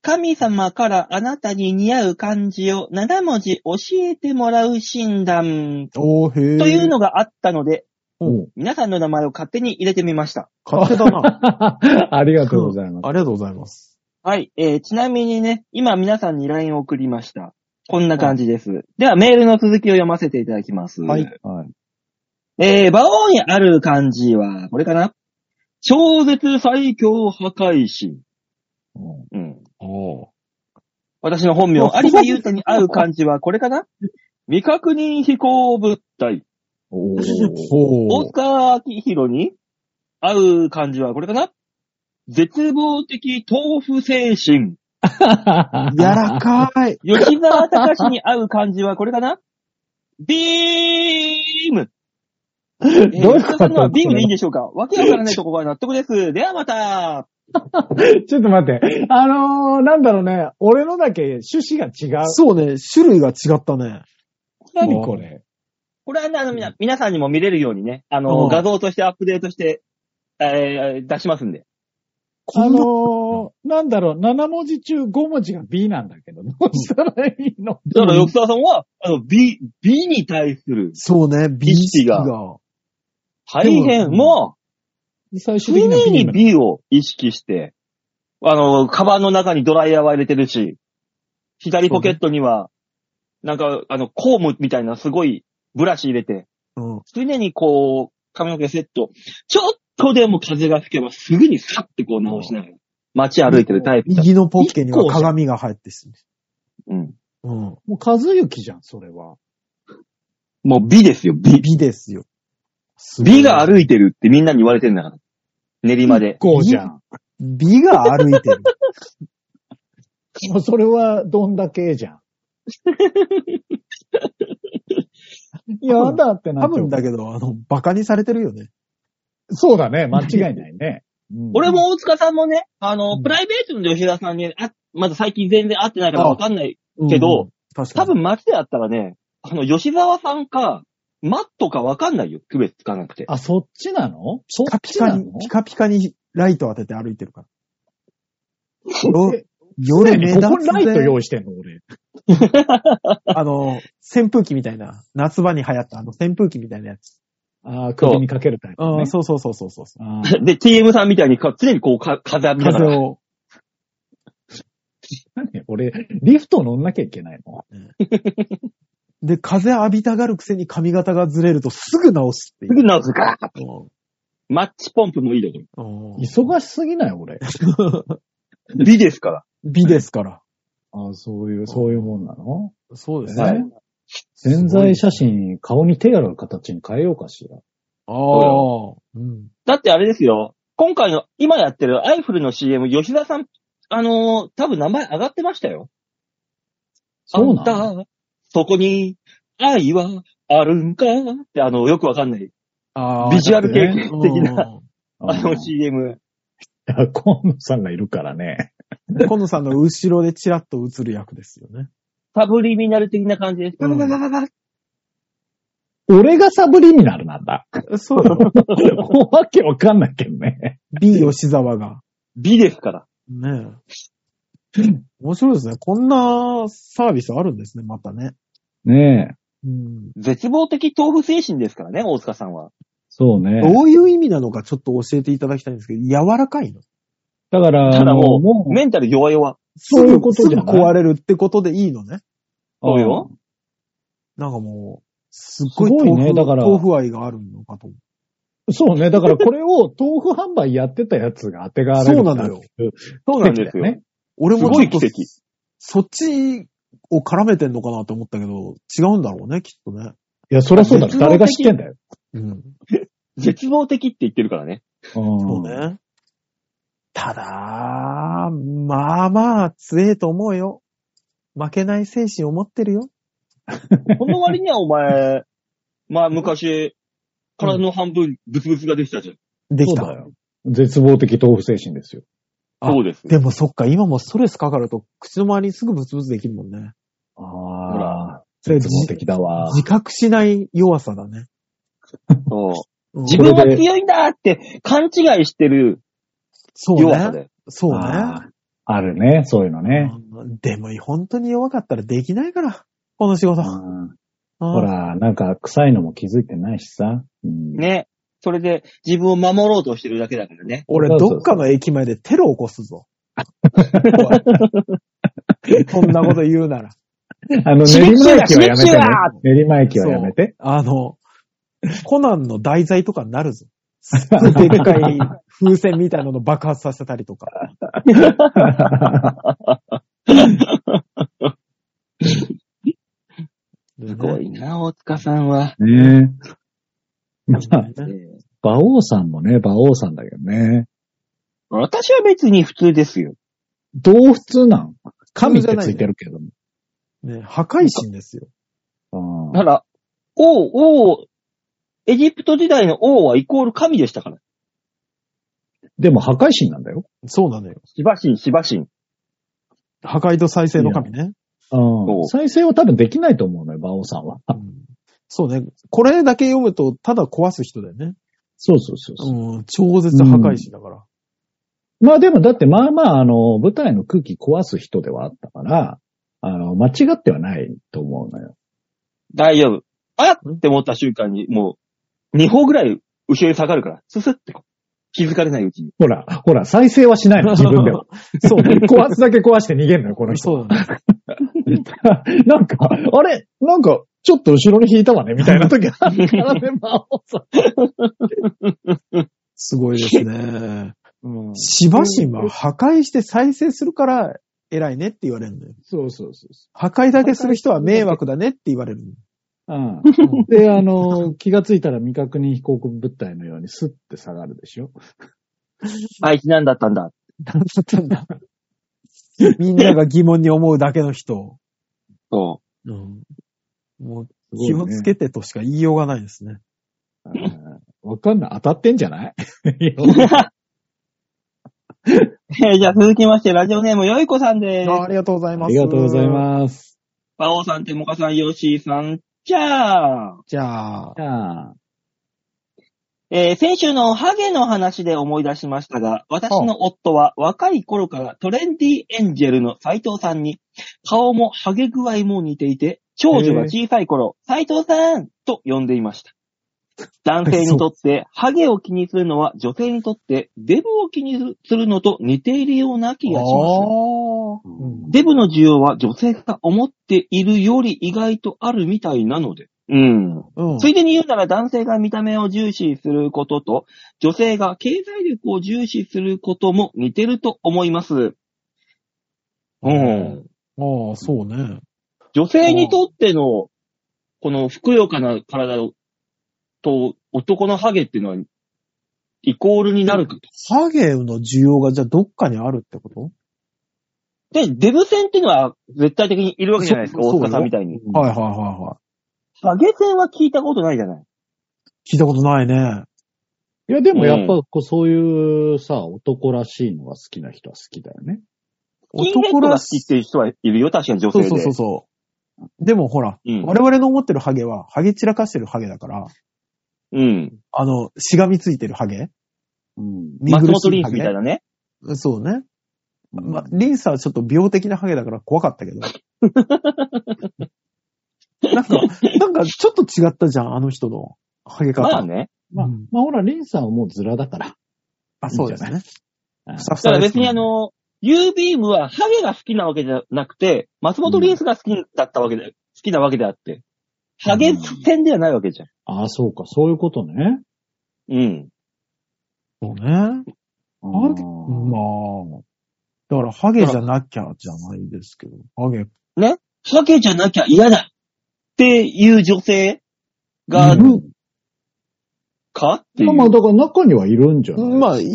神様からあなたに似合う漢字を7文字教えてもらう診断おー、へえ。というのがあったので、おう皆さんの名前を勝手に入れてみました。勝手だな。 ありがとうございます。ありがとうございます。はい。えーちなみにね、今皆さんに LINE を送りました。こんな感じです。では、メールの続きを読ませていただきます。はい。はい。えー、馬王にある漢字は、これかな超絶最強破壊神。ううんん。おー。私の本名、有馬優太に合う漢字はこれか な未確認飛行物体。おー 大おー。塚明宏に合う漢字はこれかな絶望的豆腐精神。 やらかい。吉沢隆に合う漢字はこれかな ビーム、えー、どういうこと吉沢さんのはビームでいいんでしょうかわけわからないとこが納得 です。ではまたちょっと待って。あのー、なんだろうね。俺のだけ趣旨が違う。そうね、種類が違ったね。何これ。これはね、あの、みな皆さんにも見れるようにね、あの、うん画像としてアップデートして、えー出しますんで。あこんな、のー、なんだろう、7文字中5文字が B なんだけど、どうしたらいいのだから、吉沢さんは、あの、美、美に対する、そうね、美意識意が。識大変、も最う、終的には常 B になの美を意識して、あの、カバンの中にドライヤーは入れてるし、左ポケットには、なんか、あの、コームみたいなすごいブラシ入れて、うん。常にこう、髪の毛セット、ちょっとでも風が吹けばすぐにサッてこう直しながら、街歩いてるタイプだ。右のポッケには鏡が入ってしうん。うん。もう、和幸じゃん、それは。もう美ですよ、美。美ですよ。すごい美が歩いてるってみんなに言われてるんだから。練馬で。こうじゃん。美が歩いてる。もうそれは、どんだけじゃん。い やだって な多っちゃう分だけど、あの、馬鹿にされてるよね。そうだね、間違いないね。うん俺、も大塚さんもね、あの、うんプライベートの吉田さんに、あ、まだ最近全然会ってないからわかんない。けどうん、確か多に。分街で会ったらね、あの、吉沢さんか、マットかわかんないよ。区別つかなくて。あ、そっちなのそピカっピちカなに、のピカピカにライト当てて歩いてるから。ロえ夜目立ここつライトぜ。用意してんの、俺。あの、扇風機みたいな、夏場に流行ったあの扇風機みたいなやつ。ああ、首にかけるタイプ、あねあ、。そうそうそうそうそうそう。あーで、TM さんみたいにか常にこうか風浴びなが風ら。を。なんで俺、リフト乗んなきゃいけないので、風浴びたがるくせに髪型がずれるとすぐ直すっていすう。ぐ直すかうんマッチポンプもいいとこうん忙しすぎない俺。ろ。美ですから。美ですから。ああ、そういう、そういうもんなのそうですはねい。潜在写真、顔に手がある形に変えようかしら。ああ。うん。だってあれですよ。今回の、今やってるアイフルの CM、吉田さん、あのー多分名前上がってましたよ。そうなあのんた、そこに愛はあるんかって、あの、よくわかんない。ああ。ビジュアル系だうん的な、ああのの CM。いや河野さんがいるからね。コノさんの後ろでチラッと映る役ですよね。サブリミナル的な感じです。うんバババババ俺がサブリミナルな んだ。 そうよ。わけわかんないけどね。 B 吉沢が。美ですから。ねえ。面白いですね。こんなサービスあるんですね、またね。ねえ。うん。絶望的豆腐精神ですからね、大塚さんは。そうね。どういう意味なのかちょっと教えていただきたいんですけど、柔らかいのだから、ただもうあのもうメンタル弱々。そういうことじゃないすぐ壊れるってことでいいのね。そうよ。なんかもう、すっごいすご豆い腐ねだから豆腐愛があるのかと思そうね。だからこれを豆腐販売やってたやつが当てがわれる。そうなのよ。そうなんですよ。ね。俺もちょっとすごい奇跡そっちを絡めてんのかなって思ったけど、違うんだろうね、きっとね。いや、そりゃそうだ。誰が知ってんだよ。うん。絶望的って言ってるからね。そう。ね。ただ、まあまあ、強えと思うよ。負けない精神を持ってるよ。この割にはお前、 まあ昔、体の半分ブツブツができたじでそきうた。だよ。絶望的豆腐精神ですよ。ゃん。あそうです。でもそっか、今もストレスかかると、口の周りにすぐブツブツできるもんね。あらあ。絶望的だわ。自覚しない弱さだね。そううん自分は強いんだって勘違いしてるそう弱さで。ね。そうあねーあるね、そういうのね。うんでも、本当に弱かったらできないから、この仕事。うんほほ。ら、なんか臭いのも気づいてないしさ。うんね。それで自分を守ろうとしてるだけだからね。俺、どっかの駅前でテロ起こす ぞ。おいそんなこと言うなら。 あの、練馬駅はやめてね。練馬駅はそうやめて。あの、コナンの題材とかになるぞ。すっごいでっかい風船みたいなの爆発させたりとか。すごいな、大塚さんは。 ねね。まあ、馬王さんもね、馬王さんだけどね。私は別に普通ですよ。どう普通なん神ってついてるけどね破壊神ですよ。も。ただ、王、王、エジプト時代の王はイコール神でしたから。でも破壊神なんだよ。そうなのよ。芝神、芝神。破壊と再生の神ね。そう再生は多分できないと思うのよ、馬王さんは。う んそうね。これだけ読むと、ただ壊す人だよね。そうそうそうそう。うん、超絶破壊神だから。まあでもだってまあまああの、舞台の空気壊す人ではあったから、あの、間違ってはないと思うのよ。大丈夫。あっって思った瞬間に、もう、2歩ぐらい後ろに下がるから、ススってこう気づかれないうちに。ほら、ほら、再生はし ないの、自分では。そうね。壊すだけ壊して逃げんのよ、この人。そうだね。なんか、あれなんか、ちょっと後ろに引いたわね、みたいな時があるから ね、魔王さん。すごいです ね。うん芝神は破壊して再生するから、偉いねって言われるのよ。そうそうそうそ破壊だけする人は迷惑だねって言われるの。う。うん。で、あの、気がついたら未確認飛行物体のようにスッて下がるでしょ。 あいつなんだったんだ。何だったんだ。 みんなが疑問に思うだけの人。そうん、もうすごい気ねをつけてとしか言いようがないですね。うんわかんない。当たってんじゃないう。 えーじゃあ続きまして、ラジオネーム、よいこさんです。あありがとうございます。ありがとうございます。バオさん、テモカさん、ヨッシーさん、じゃあ、す。じゃあ、じゃあ、えー先週のハゲの話で思い出しましたが、私の夫は若い頃からトレンディエンジェルの斎藤さんに、顔もハゲ具合も似ていて、長女が小さい頃、斎藤さんと呼んでいました。男性にとって、ハゲを気にするのは女性にとって、デブを気にするのと似ているような気がします。うんデブの需要は女性が思っているより意外とあるみたいなので。うん。うん。ついでに言うなら男性が見た目を重視することと、女性が経済力を重視することも似てると思います。うん。ああ、そうね。女性にとっての、このふくよかな体をと男のハゲっていうのは、イコールになるかと。ハゲの需要がじゃあどっかにあるってことで、デブ戦っていうのは絶対的にいるわけじゃないですか、そ大う塚さんみたいに。はいはいはいはハゲ戦は聞いたことないじゃない。い。聞いたことないね。いや、でもやっぱこうそういうさ、男らしいのが好きな人は好きだよね。スキンヘッド男がら好しきっていう人はいるよ、確かに女性そうで。そうそうそう。でもほら、うん我々の思ってるハゲは、ハゲ散らかしてるハゲだから、うん。あの、しがみついてるハゲうん。見松苦し本いリンハスみたいゲなね。そうね。まあ、リンスはちょっと病的なハゲだから怖かったけど。 なんか、なんかちょっと違ったじゃん、あの人のハゲ方。まあね。まあ、うんまあほら、リンさんはもうズラだから。あそうですね。うんふさだふさからで別すねにあ、の、U ビームはハゲが好きなわけじゃなくて、松本リンスが好きだったわけで、好きなわけであって。ハゲ戦ではないわけじゃん。ああ、そうか、そういうことね。うん。そうね。あハゲーまあ。だから、ハゲじゃなきゃじゃないですけど、ハゲ。ハゲじゃなきゃ嫌だっていう女性が、うんかっていまあまあ、う。だから中にはいるんじゃないですか。まあ、い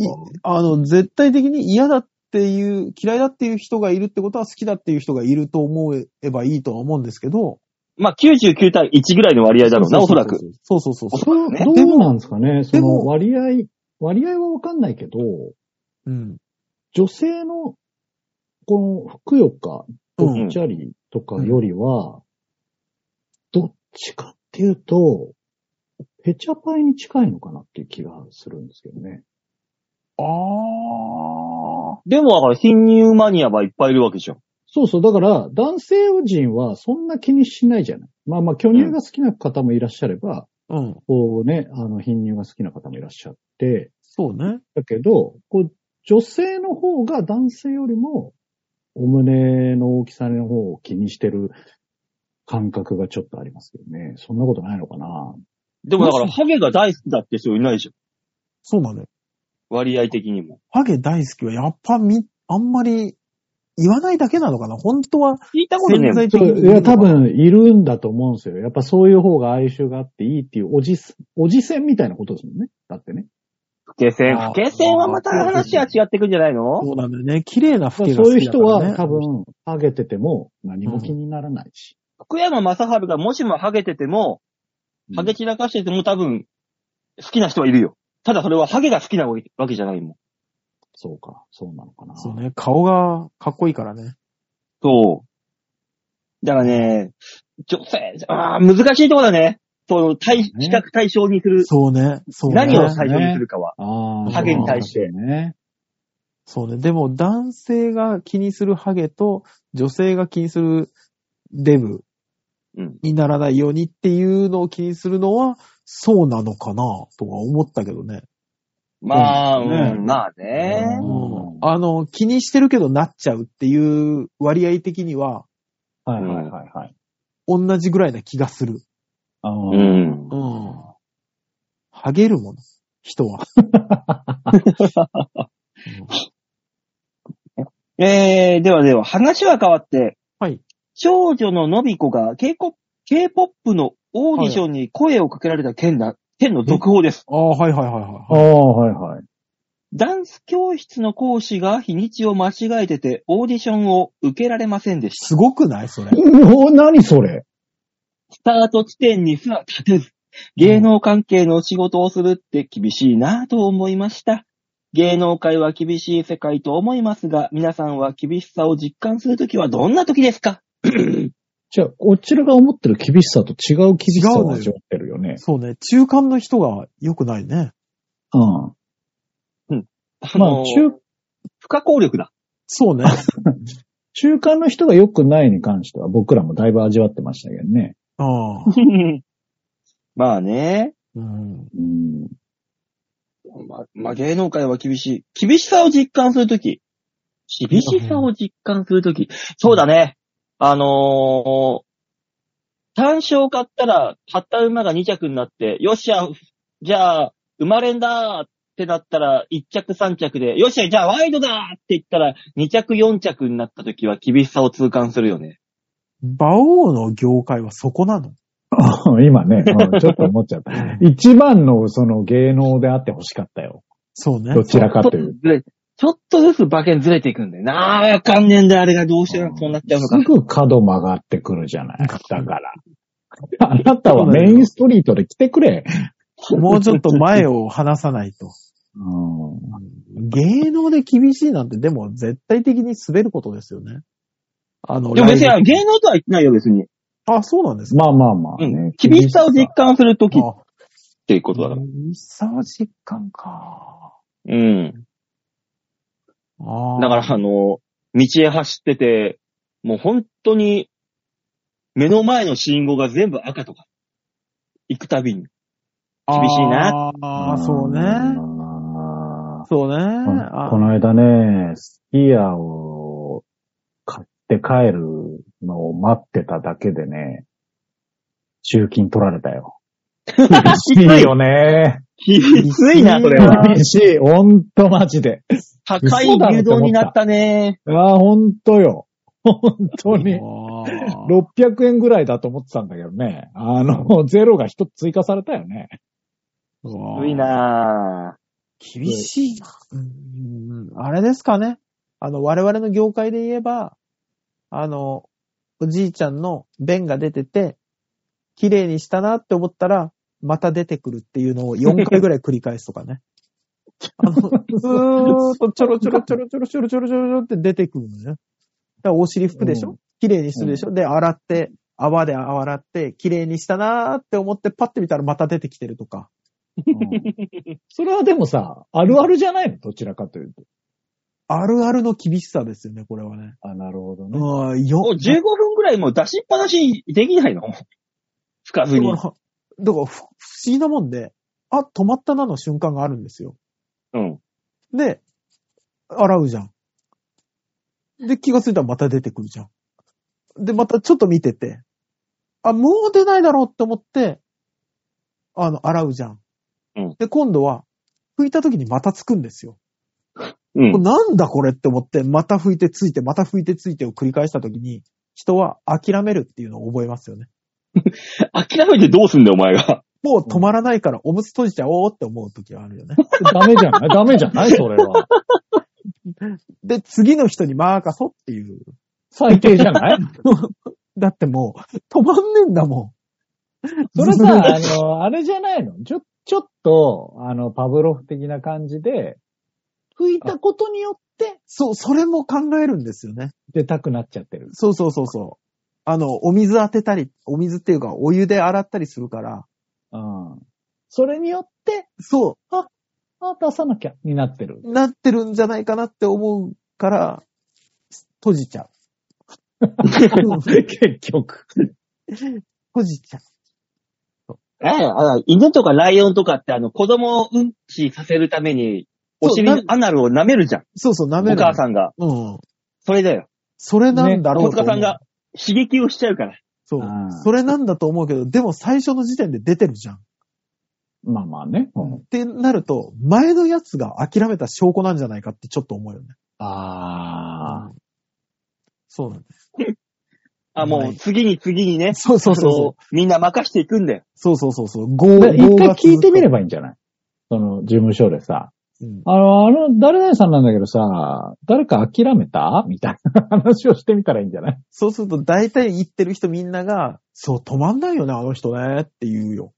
あの、絶対的に嫌だっていう、嫌いだっていう人がいるってことは好きだっていう人がいると思えばいいとは思うんですけど。まあ99対1ぐらいの割合だろうな、おそらく。。そうそうそうそそう、ねどうなんですかね。そでのも割合、割合はわかんないけど、う。うん。女性の、この、ふくよか、ぽっちゃりとかよりは、どっちかっていうと、ペチャパイに近いのかなっていう気がするんですけどね。ああ。でもだから、貧乳マニアはいっぱいいるわけじゃん。そうそう。だから、男性人はそんな気にしないじゃない。まあまあ、巨乳が好きな方もいらっしゃれば、うん。こうね、あの、貧乳が好きな方もいらっしゃって、そうね。だけど、こう、女性の方が男性よりも、お胸の大きさの方を気にしてる感覚がちょっとありますけどね。そんなことないのかなでもだから、ハゲが大好きだって人いないじゃん。そうなのよ。割合的にも。ハゲ大好きはやっぱみ、あんまり言わないだけなのかな本当は聞いたことねえも潜ん在的そうに。いや、多。分、いるんだと思うんですよ。やっぱそういう方が哀愁があっていいっていう、おじす、おじせんみたいなことですもんね。だってね。不景線。あー不景線はまた話は違ってくんじゃないのそうなのよね。綺麗なそ服うが好いうきだ人からねは多。分、ハゲてても何も気にならないし。福山雅治がもしもハゲてても、ハゲ散らかしてても多分、好きな人はいるよ。ただそれはハゲが好きなわけじゃないもん。そうか、そうなのかな。そうね。顔がかっこいいからね。そう。だからね、女性、ああ、難しいとこだね。その、対、比較対象にする。そうね。そうね。何を対象にするかは。ああ。ハゲに対してそうね。そうね。でも男性が気にするハゲと女性が気にするデブうんにならないようにっていうのを気にするのはそうなのかなとは思ったけどね。まあ、そうですねうんまあね。うんあの、気にしてるけどなっちゃうっていう割合的にははいはいはいはい。同じぐらいな気がする。あのうんう。ん。ハゲるもの。人は。えー、ではでは、話は変わって、はい。少女ののびこが K-POP K-POP のオーディションに声をかけられた件だ、件の続報です。ああ、はいはいはいはい。ああ、はいはい。ダンス教室の講師が日にちを間違えてて、オーディションを受けられませんでした。すごくないそれ。お何それスタート地点にすら立てず、芸能関係の仕事をするって厳しいなぁと思いました。芸能界は厳しい世界と思いますが、皆さんは厳しさを実感するときはどんなときですかじゃあ、こちらが思ってる厳しさと違う厳しさ違うをのよ味わってるよね。そうね。中間の人が良くないね。うん。まあ、の中、不可抗力だ。そうね。中間の人が良くないに関しては僕らもだいぶ味わってましたけどね。 ああ。まあね。うん。うん。 ま、まあ、芸能界は厳しい。厳しさを実感するとき。厳しさを実感するとき。そうだね。あのー、単勝買ったら、買った馬が2着になって、よっしゃ、じゃあ、馬連だってなったら、1着3着で、よっしゃ、じゃあワイドだって言ったら、2着4着になったときは厳しさを痛感するよね。馬王の業界はそこなの今ね、うんちょっと思っちゃった。 一番のその芸能であって欲しかったよ。そうね。どちらかといちょっう。ずれちょっとずつ馬券ずれていくんだよな。あーわかんねえんだよ、あれがどうしてそうなっちゃうのかす。ぐ角曲がってくるじゃない。だから。あなたはメインストリートで来てくれ。もうちょっと前を離さない と。うん。芸能で厳しいなんて、でも絶対的に滑ることですよね。あの、でも別ライに芸能とは言ってないよ、別に。ブあ、そうなんですか。まあまあまあうね、ん。厳しさを実感するときっあ、ていうことだから。一沢実感か。うん。ああ。だから、あの、道へ走ってて、もう本当に、目の前の信号が全部赤とか、行くたびに。厳しいな。ああ、そうね。あそうね。ーこあ のこの間ね、スキーヤーを買って帰るのを待ってただけでね、中金取られた よ。厳しいよね。きついな、それは。厳しい。ほんとマジで。高い牛丼になったね。ああ、ほんとよ。 ほんとに。あー600円ぐらいだと思ってたんだけどね。あの、 ゼロが一つ追加されたよね。きつい。な厳しいな。うんあれですかね。あの、我々の業界で言えば、あの、おじいちゃんの便が出てて、綺麗にしたなって思ったら、また出てくるっていうのを4回ぐらい繰り返すとか ね。あの、ずーっとちょろちょろちょろちょろちょろちょろちょろちょろって出てくるのね。だからお尻拭くでしうょ綺麗にするでしょで、洗って、泡で洗って、綺麗にしたなーって思ってパッて見たらまた出てきてるとか。うんそれはでもさ、あるあるじゃないのどちらかというと。あるあるの厳しさですよね、これはね。あ、なるほどね。ああ、もうよ、 15分ぐらいもう出しっぱなしにできないの吹かずだかにら、だ。からふ不思議なもんで、あ、止まったなの瞬間があるんですよ。うん。で、洗うじゃん。で、気がついたらまた出てくるじゃん。で、またちょっと見てて、あ、もう出ないだろうって思って、あの、洗うじゃん。うんで、今度は、拭いた時にまたつくんですよ。うこれん。なんだこれって思って、また拭いてついて、また拭いてついてを繰り返した時に、人は諦めるっていうのを覚えますよね。諦めてどうすんだよ、お前が。もう止まらないからおむつ閉じちゃおうって思う時はあるよね。 ダメじゃないダメじゃないそれは。で、次の人に任そうっていう。最低じゃないだってもう、止まんねえんだもん。それ さ、あの、あれじゃないのちょ、ちょっと、あの、パブロフ的な感じで、拭いたことによって、そう、それも考えるんですよね。出たくなっちゃってる。そうそうそうそう。あの、お水当てたり、お水っていうかお湯で洗ったりするから、うん。それによって、そあ、出さなきゃ、になってる。う、なってるんじゃないかなって思うから、閉じちゃう。閉 結局。じちゃう。ええ、あ犬とかライオンとかってあの子供をうんちさせるために、お尻そうのアナルを舐めるじゃん。そうそう、舐める。お母さんが。ん。うん。それだよ。それなんだろう小と思塚うさんが刺激をしちゃうから。そうあー。それなんだと思うけど、でも最初の時点で出てるじゃん。っまあまあね。うんてなると、前のやつが諦めた証拠なんじゃないかってちょっと思うよね。ああ。そうなんだ。あ、もはうい次に次にね。そうそうそうそう。う。みんな任していくんだよ。そうそうそうそう。合で一回聞いてみればいいんじゃないその、事務所でさ。うんあの、あの、誰々さんなんだけどさ、誰か諦めたみたいな話をしてみたらいいんじゃないそうすると、大体言ってる人みんなが、そう、止まんないよね、あの人ね、って言うよ。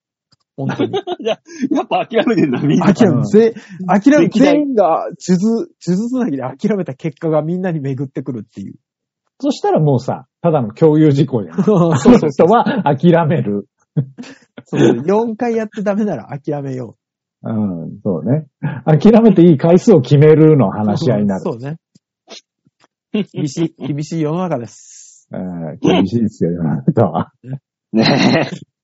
本当 に。やっぱ諦めてんだ、みんな。諦め、ぜ、諦め、歴代全員が、数珠、数珠つなぎで諦めた結果がみんなに巡ってくるっ ていう。そしたらもうさ、ただの共有事項じゃないその人は諦める。そう4回やってダメなら諦めようん、そうね。諦めていい回数を決めるの話し合いになる。そうね。 厳しい、厳しい世の中です。うん厳しいですよ、あなたは。ね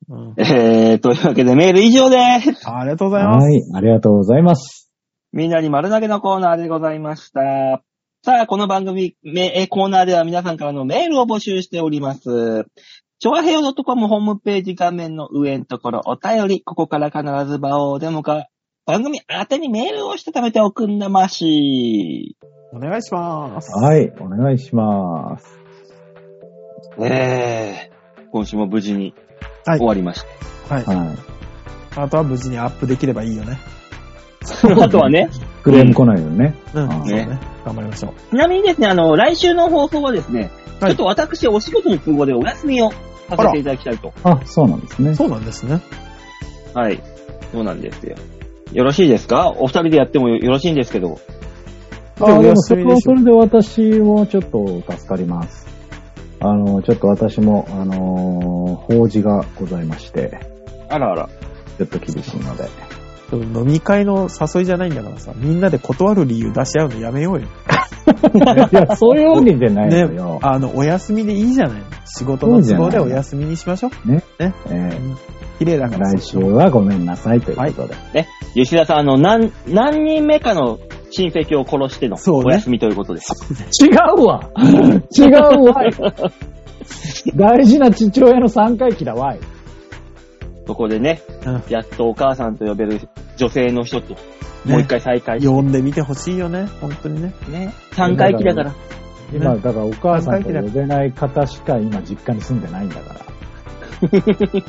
うん え。えー、というわけでメール以上です。ありがとうございます。はい、ありがとうございます。みんなに丸投げのコーナーでございました。さあ、この番組、めえコーナーでは皆さんからのメールを募集しております。ちょわへよ .com ホームページ画面の上のところお便り、ここから必ず場をデモか、番組宛てにメールをして食べておくんなまし。お願いします。はい、お願いします。えー、今週も無事にはい終わりました。はい。はあとは無事にアップできればいいよね。あとはね、い。クレーム来ないようにね。うん。あそーうね。頑張りましょう。ちなみにですね、あの、来週の放送はですね、はいちょっと私お仕事の都合でお休みをさせていただきたいと。あ、そうなんですね。そうなんですね。はい。そうなんですよ。よろしいですかお二人でやってもよろしいんですけど。じゃああおでも休そみれではしそょうれで私もちょっと助かります。あの、ちょっと私も、あのー法事がございまして、あらあら。ちょっと厳しいので。ちょっと飲み会の誘いじゃないんだからさ、みんなで断る理由出し合うのやめようよ。 いや、そういうわけじゃないのよ。あの、お休みでいいじゃないの。仕事の都合でお休みにしましょう。えー綺麗だから。来週はごめんなさいということで。吉田さん、あの、何、何人目かの親戚を殺してのそうねお休みということです。 違う わ違うわい大事な父親の3回忌だわい。そこでね、うんやっとお母さんと呼べる女性の人と、もう一回再会して、呼んでみてほしいよね。本当にね。ね、3回忌だから。今、だからお母さんと呼べない方しか今実家に住んでないんだから。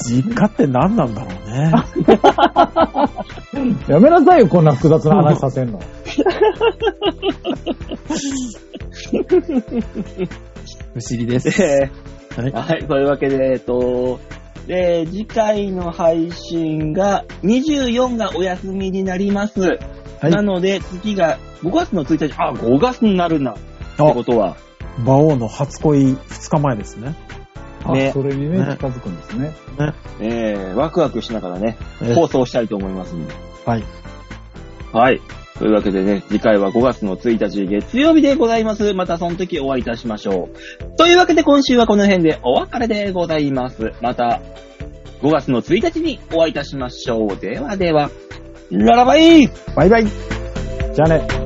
実家って何なんだろうね。やめなさいよ、こんな複雑な話させんの。不思議 です。では い。はい、というわけで、えっと、で、次回の配信が、24がお休みになります。いなので、次が5月の1日、あ、5月になるな、ってあこ、とは、馬王の初恋2日前ですね。あねそれにね、ね近づくんですね。えー、ワクワクしながらね、え放送したいと思いますんで。はい。はい。というわけでね、次回は5月の1日月曜日でございます。またその時お会いいたしましょう。というわけで今週はこの辺でお別れでございます。また5月の1日にお会いいたしましょう。ではでは、ララバイバイバイじゃあね。